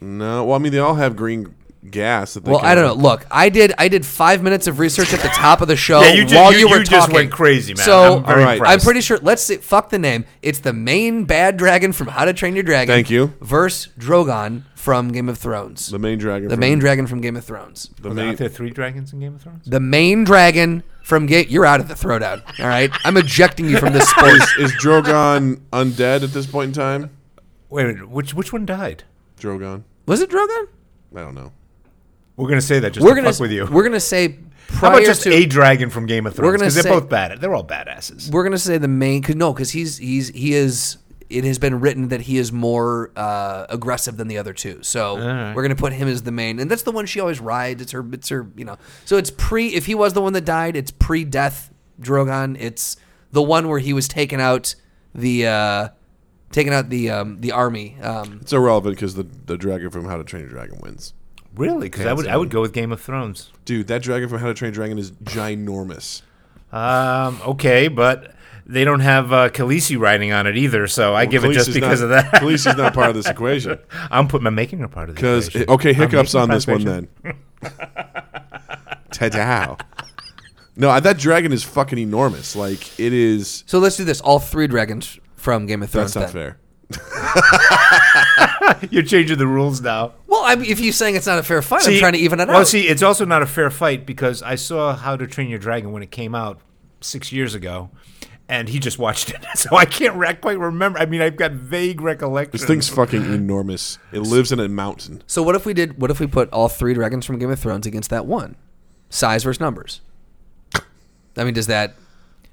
S2: No. Well, I mean, they all have green gas. That they
S3: Well,
S2: can-
S3: I don't know. Look, I did I did five minutes of research at the top of the show
S1: Yeah, you ju-
S3: while
S1: you-
S3: you, were
S1: you just
S3: talking.
S1: went crazy, man.
S3: So
S1: I'm very
S2: All right.
S3: I'm
S1: impressed.
S3: pretty sure. Let's see. Fuck the name. It's the main bad dragon from How to Train Your Dragon.
S2: Thank you.
S3: Verse Drogon from Game of Thrones.
S2: The main dragon.
S3: The
S2: from-
S3: main dragon from Game of Thrones.
S2: The
S1: Aren't
S2: main.
S1: there three dragons in Game of Thrones?
S3: The main dragon from Gate. You're out of the throwdown. All right. I'm ejecting you from this sport.
S2: is, is Drogon undead at this point in time?
S1: Wait, a minute, which which one died?
S2: Drogon.
S3: Was it Drogon?
S2: I don't know.
S1: We're gonna say that just
S3: we're
S1: to
S3: gonna
S1: fuck with you.
S3: We're gonna say prior
S1: How about just
S3: to,
S1: a dragon from Game of Thrones?
S3: gonna
S1: Because they're
S3: say-
S1: both bad. They're all badasses.
S3: we're gonna say the main. Cause, no, because he's he's he is. It has been written that he is more uh, aggressive than the other two, so we're gonna put him as the main, and that's the one she always rides. It's her, it's her, you know. So it's pre. If he was the one that died, it's pre-death Drogon. It's the one where he was taking out the uh, taking out the um, the army. Um,
S2: It's irrelevant because the, the dragon from How to Train Your Dragon wins.
S1: Really? Because I would I would go with Game of Thrones.
S2: Dude, that dragon from How to Train Your Dragon is ginormous.
S1: Um, okay, but they don't have uh, Khaleesi riding on it either, so I give it
S2: Khaleesi's
S1: just because
S2: not,
S1: of that.
S2: Khaleesi's not part of this equation.
S1: I'm putting my making her part of
S2: Because,
S1: this.
S2: okay, hiccups on this one then. Ta-dow. No, I- that dragon is fucking enormous. Like, it is.
S3: so let's do this. All three dragons from Game of Thrones.
S2: That's not
S3: then.
S2: fair.
S1: You're changing the rules now.
S3: Well, I mean, if you're saying it's not a fair fight, I'm trying to even it
S1: well,
S3: out.
S1: see, it's also not a fair fight because I saw How to Train Your Dragon when it came out six years ago, and he just watched it, so I can't re- quite remember. I mean, I've got vague recollections.
S2: This thing's fucking enormous. It lives in a mountain.
S3: so what if we did? What if we put all three dragons from Game of Thrones against that one? Size versus numbers. I mean, does that?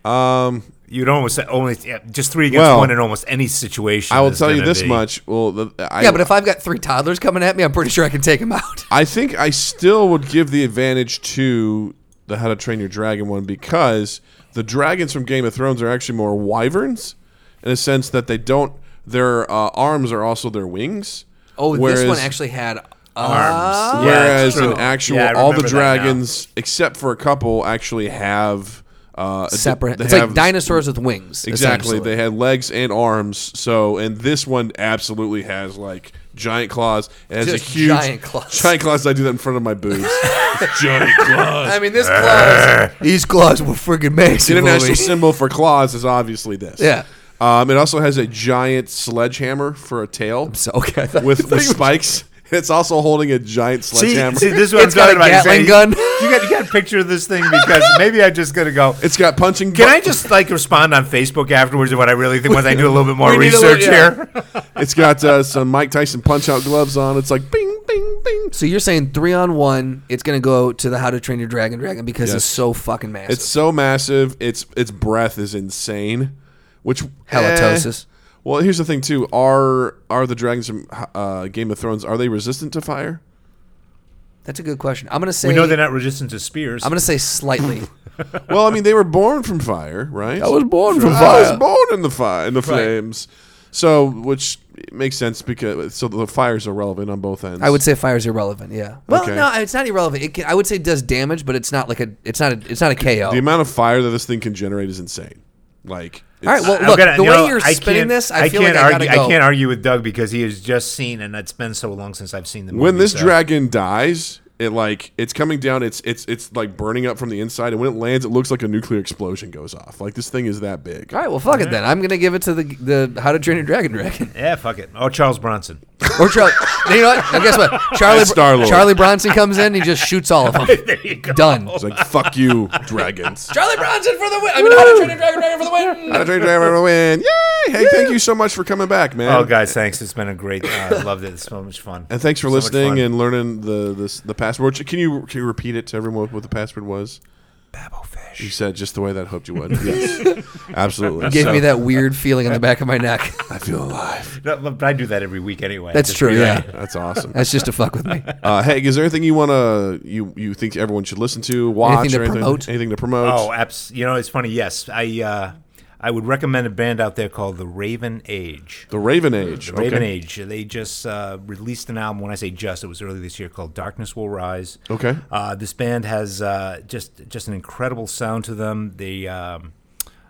S1: You'd almost say only yeah, just three against
S2: Well,
S1: one in almost any situation.
S2: I will
S1: is
S2: tell you
S1: gonna
S2: this
S1: be-
S2: much. Well, the, I,
S3: Yeah, but if I've got three toddlers coming at me, I'm pretty sure I can take them out.
S2: I think I still would give the advantage to the How to Train Your Dragon one because the dragons from Game of Thrones are actually more wyverns in a sense that they don't. Their uh, arms are also their wings.
S3: Oh, this one
S2: whereas-
S3: actually had uh,
S1: Arms.
S3: arms.
S1: Yeah,
S2: Whereas
S1: it's true.
S2: in actual,
S1: Yeah, I
S2: all the
S1: remember that now.
S2: dragons except for a couple actually have uh, a-
S3: separate.
S2: they
S3: It's like
S2: have-
S3: dinosaurs with wings.
S2: Exactly,
S3: essentially.
S2: they had legs and arms. So, and this one absolutely has like giant claws. It has a
S3: Just
S2: huge
S3: giant claws.
S2: Giant claws. I do that in front of my boobs. giant claws.
S3: I mean, this claws. These claws were friggin'
S2: The
S3: amazing.
S2: international
S3: Louis.
S2: symbol for claws is obviously this.
S3: Yeah.
S2: Um, it also has a giant sledgehammer for a tail
S3: So okay, I thought-
S2: with, with spikes. It's also holding a giant
S1: See,
S2: sledgehammer.
S1: see, this is what
S3: It's
S1: I'm talking
S3: got a
S1: about. You
S3: Gatling
S1: say-
S3: gun.
S1: You got, you got to picture this thing because maybe I'm just going to go.
S2: it's got punching.
S1: Can
S2: bu-
S1: I just like respond on Facebook afterwards of what I really think once I do a little bit more
S3: We need a little-
S1: research
S3: yeah.
S1: here?
S2: It's got uh, some Mike Tyson punch out gloves on. It's like bing, bing, bing.
S3: So you're saying three on one, it's gonna go to the How to Train Your Dragon Dragon because
S2: Yes.
S3: it's so fucking massive.
S2: It's so massive. Its its breath is insane. Which eh.
S3: Halitosis.
S2: well, here's the thing too. Are are the dragons from uh, Game of Thrones are they resistant to fire?
S3: That's a good question. I'm gonna say.
S1: We know they're not resistant to spears.
S3: I'm gonna say slightly.
S2: well, I mean they were born from fire, right?
S3: born
S2: I was born in the fire in the flames. So which makes sense because so the fire's irrelevant on both ends.
S3: I would say fire's irrelevant. Yeah. Well,
S2: Okay.
S3: no, it's not irrelevant. It can, I would say it does damage, but it's not like a. It's not a. It's not a KO.
S2: the amount of fire that this thing can generate is insane. Like it's,
S3: All right. Well,
S1: I'm
S3: look.
S1: gonna-
S3: the
S1: you
S3: way
S1: know,
S3: you're
S1: I
S3: spinning
S1: can't-
S3: this, I, feel
S1: can't
S3: like
S1: argue,
S3: I gotta go.
S1: can't argue with Doug because he has just seen, and it's been so long since I've seen the movie.
S2: when this
S1: so-
S2: dragon dies it like it's coming down it's it's it's like burning up from the inside and when it lands it looks like a nuclear explosion goes off like this thing is that big
S3: All right. Well, fuck it then. I'm gonna give it to the the How to Train Your Dragon Dragon.
S1: yeah, fuck it. Oh, Charles Bronson.
S3: Or Charlie. you know what? Now guess what? Charlie
S2: Star-Lord.
S3: Charlie Bronson comes in. He just shoots all of them.
S1: There you go.
S3: Done.
S2: it's like fuck you dragons
S3: Charlie Bronson for the win. I mean, How to Train Your Dragon Dragon for the win.
S2: How to Train Your Dragon win yay hey thank you so much for coming back man
S1: Oh, guys, thanks. It's been a great. I uh, loved it. It's so much fun.
S2: and thanks for
S1: So much
S2: listening
S1: fun.
S2: and learning the this the password can you can you repeat it to everyone what the password was you said just the way that I hoped you would yes absolutely
S3: Gave
S2: So,
S3: me that weird feeling in the back of my neck.
S2: I feel alive
S1: No, but I do that every week anyway.
S3: That's
S1: Just
S3: true.
S1: be like,
S3: Yeah.
S2: that's awesome
S3: That's just to fuck with me.
S2: Uh, hey, is there anything you want to you you think everyone should listen to, watch,
S3: Anything to
S2: or anything,
S3: promote?
S2: anything to promote?
S1: Oh, abs- you know, it's funny. Yes, I uh, I would recommend a band out there called The Raven Age.
S2: the Raven Age.
S1: The Raven
S2: okay.
S1: Age. They just uh, released an album. When I say just, it was early this year called Darkness Will Rise.
S2: Okay.
S1: Uh, this band has uh, just just an incredible sound to them. They um,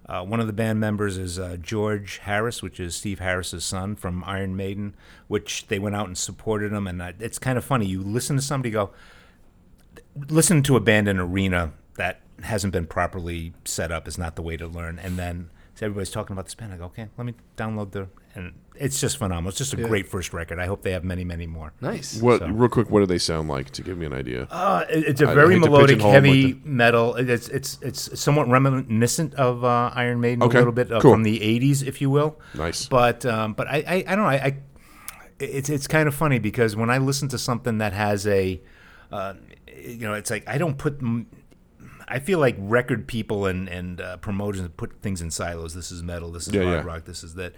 S1: uh, one of the band members is uh, George Harris, which is Steve Harris's son from Iron Maiden, which they went out and supported them. And uh, it's kind of funny. You listen to somebody go, listen to a band in arena that hasn't been properly set up is not the way to learn. And then so everybody's talking about this band. I go, okay, let me download the. And it's just phenomenal. It's just a great first record. I hope they have many, many more.
S3: Nice.
S2: What real quick? What do they sound like to give me an idea?
S1: Uh, it- it's a
S2: I'd
S1: very
S2: hate to
S1: melodic,
S2: pigeonhole 'em
S1: heavy
S2: with
S1: metal. It's it's it's somewhat reminiscent of uh, Iron Maiden
S2: Okay,
S1: a little bit uh,
S2: cool.
S1: from the '80s, if you will.
S2: Nice.
S1: But um, but I, I I don't know. I, I it's it's kind of funny because when I listen to something that has a uh, you know, it's like I don't put. m- I feel like record people and and uh, promoters put things in silos. This is metal. This is
S2: Yeah,
S1: hard
S2: yeah.
S1: rock. This is that.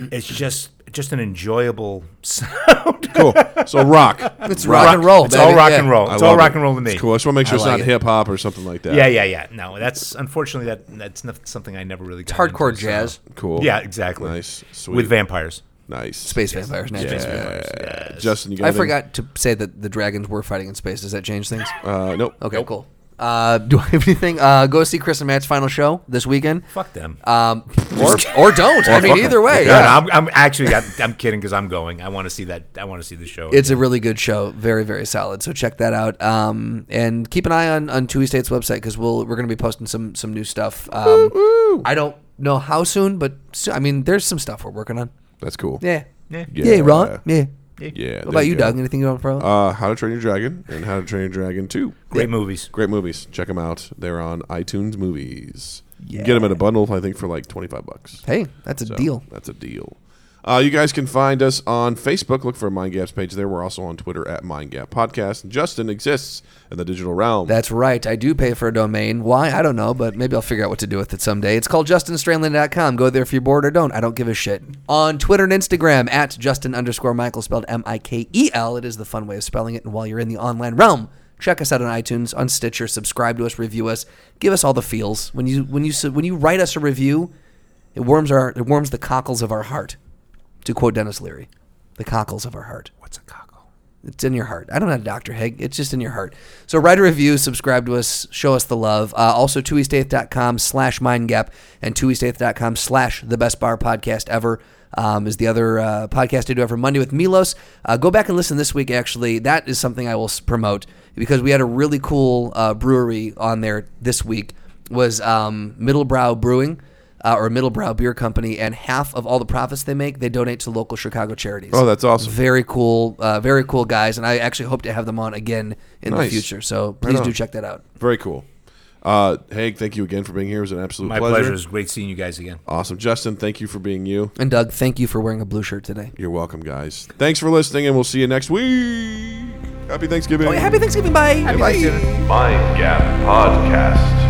S1: It's just just an enjoyable sound.
S2: cool. So rock.
S3: It's rock, and roll.
S1: It's all
S3: baby.
S1: rock
S3: Yeah.
S1: and roll.
S2: I
S1: It's all
S2: love
S1: rock
S2: it.
S1: and roll to me.
S2: It's cool. I just want to make sure
S3: I
S2: it's
S3: like
S2: not
S3: it.
S2: hip hop or something like that.
S1: Yeah, yeah, yeah. No, that's unfortunately that that's not something I never really. Got
S3: Hardcore
S1: into, so-
S3: jazz.
S2: Cool.
S1: Yeah, exactly.
S2: Nice. Sweet.
S1: With vampires.
S2: nice.
S3: Space vampires. Natural
S2: Yeah.
S3: space vampires.
S1: Yes.
S2: Justin, you got
S3: I
S2: anything?
S3: forgot to say that the dragons were fighting in space. Does that change things?
S2: Uh, nope.
S3: Okay, cool. Uh, do I have anything? Uh, go see Chris and Matt's final show this weekend.
S1: Fuck them.
S3: Um, or, or don't. I mean,
S2: fuck 'em.
S3: either way.
S1: No, no,
S3: yeah.
S1: I'm, I'm actually I'm, I'm kidding because I'm going. I want to see that. I want to see the show.
S3: It's a really good show, very very solid. So check that out, um, and keep an eye on on Tui State's website because we'll we're going to be posting some some new stuff. Um, I don't know how soon, but so, I mean, there's some stuff we're working on.
S2: That's cool.
S3: Yeah.
S6: Yeah.
S3: Yeah, right. Yeah.
S2: Yeah. there
S3: What about you,
S2: go.
S3: Doug? Anything you want to throw?
S2: Uh, How to Train Your Dragon and How to Train Your Dragon 2.
S6: Great movies.
S2: Great movies. Check them out. They're on iTunes Movies. You can get them in a bundle, I think, for like 25 bucks.
S3: hey, that's a
S2: So,
S3: deal.
S2: That's a deal. Uh, you guys can find us on Facebook. Look for Mind Gap's page there. We're also on Twitter at Mind Gap Podcast. And Justin exists in the digital realm.
S3: That's right. I do pay for a domain. Why? I don't know, but maybe I'll figure out what to do with it someday. It's called justinstrandland.com. Go there if you're bored or don't. I don't give a shit. On Twitter and Instagram at Justin underscore Michael, spelled M I K E L. It is the fun way of spelling it. And while you're in the online realm, check us out on iTunes, on Stitcher, subscribe to us, review us, give us all the feels. When you when you su- when you write us a review, it warms our it warms the cockles of our heart. To quote Dennis Leary, the cockles of our heart.
S6: What's a cockle?
S3: It's in your heart. I don't know, Dr. Hig. It's just in your heart. So write a review, subscribe to us, show us the love. Uh, also, twoeastaith.com slash mindgap and twoeastaith.com slash the best bar podcast ever um, is the other uh, podcast I do every Monday with Milos. Uh, go back and listen this week, actually. That is something I will s- promote because we had a really cool uh, brewery on there this week was um, Middlebrow Brewing. Uh, or Middlebrow Beer Company, and half of all the profits they make, they donate to local Chicago charities.
S2: oh, that's awesome.
S3: Very cool, uh, very cool guys, and I actually hope to have them on again in the
S2: Nice.
S3: future. So please do check that out.
S2: Very cool. Uh, Hank, thank you again for being here. It was an absolute
S6: My pleasure. It was great seeing you guys again.
S2: Awesome. Justin, thank you for being you.
S3: And Doug, thank you for wearing a blue shirt today.
S2: You're welcome, guys. Thanks for listening, and we'll see you next week. Happy Thanksgiving.
S3: happy Oh, Thanksgiving! Bye.
S4: Mind Gap Podcast.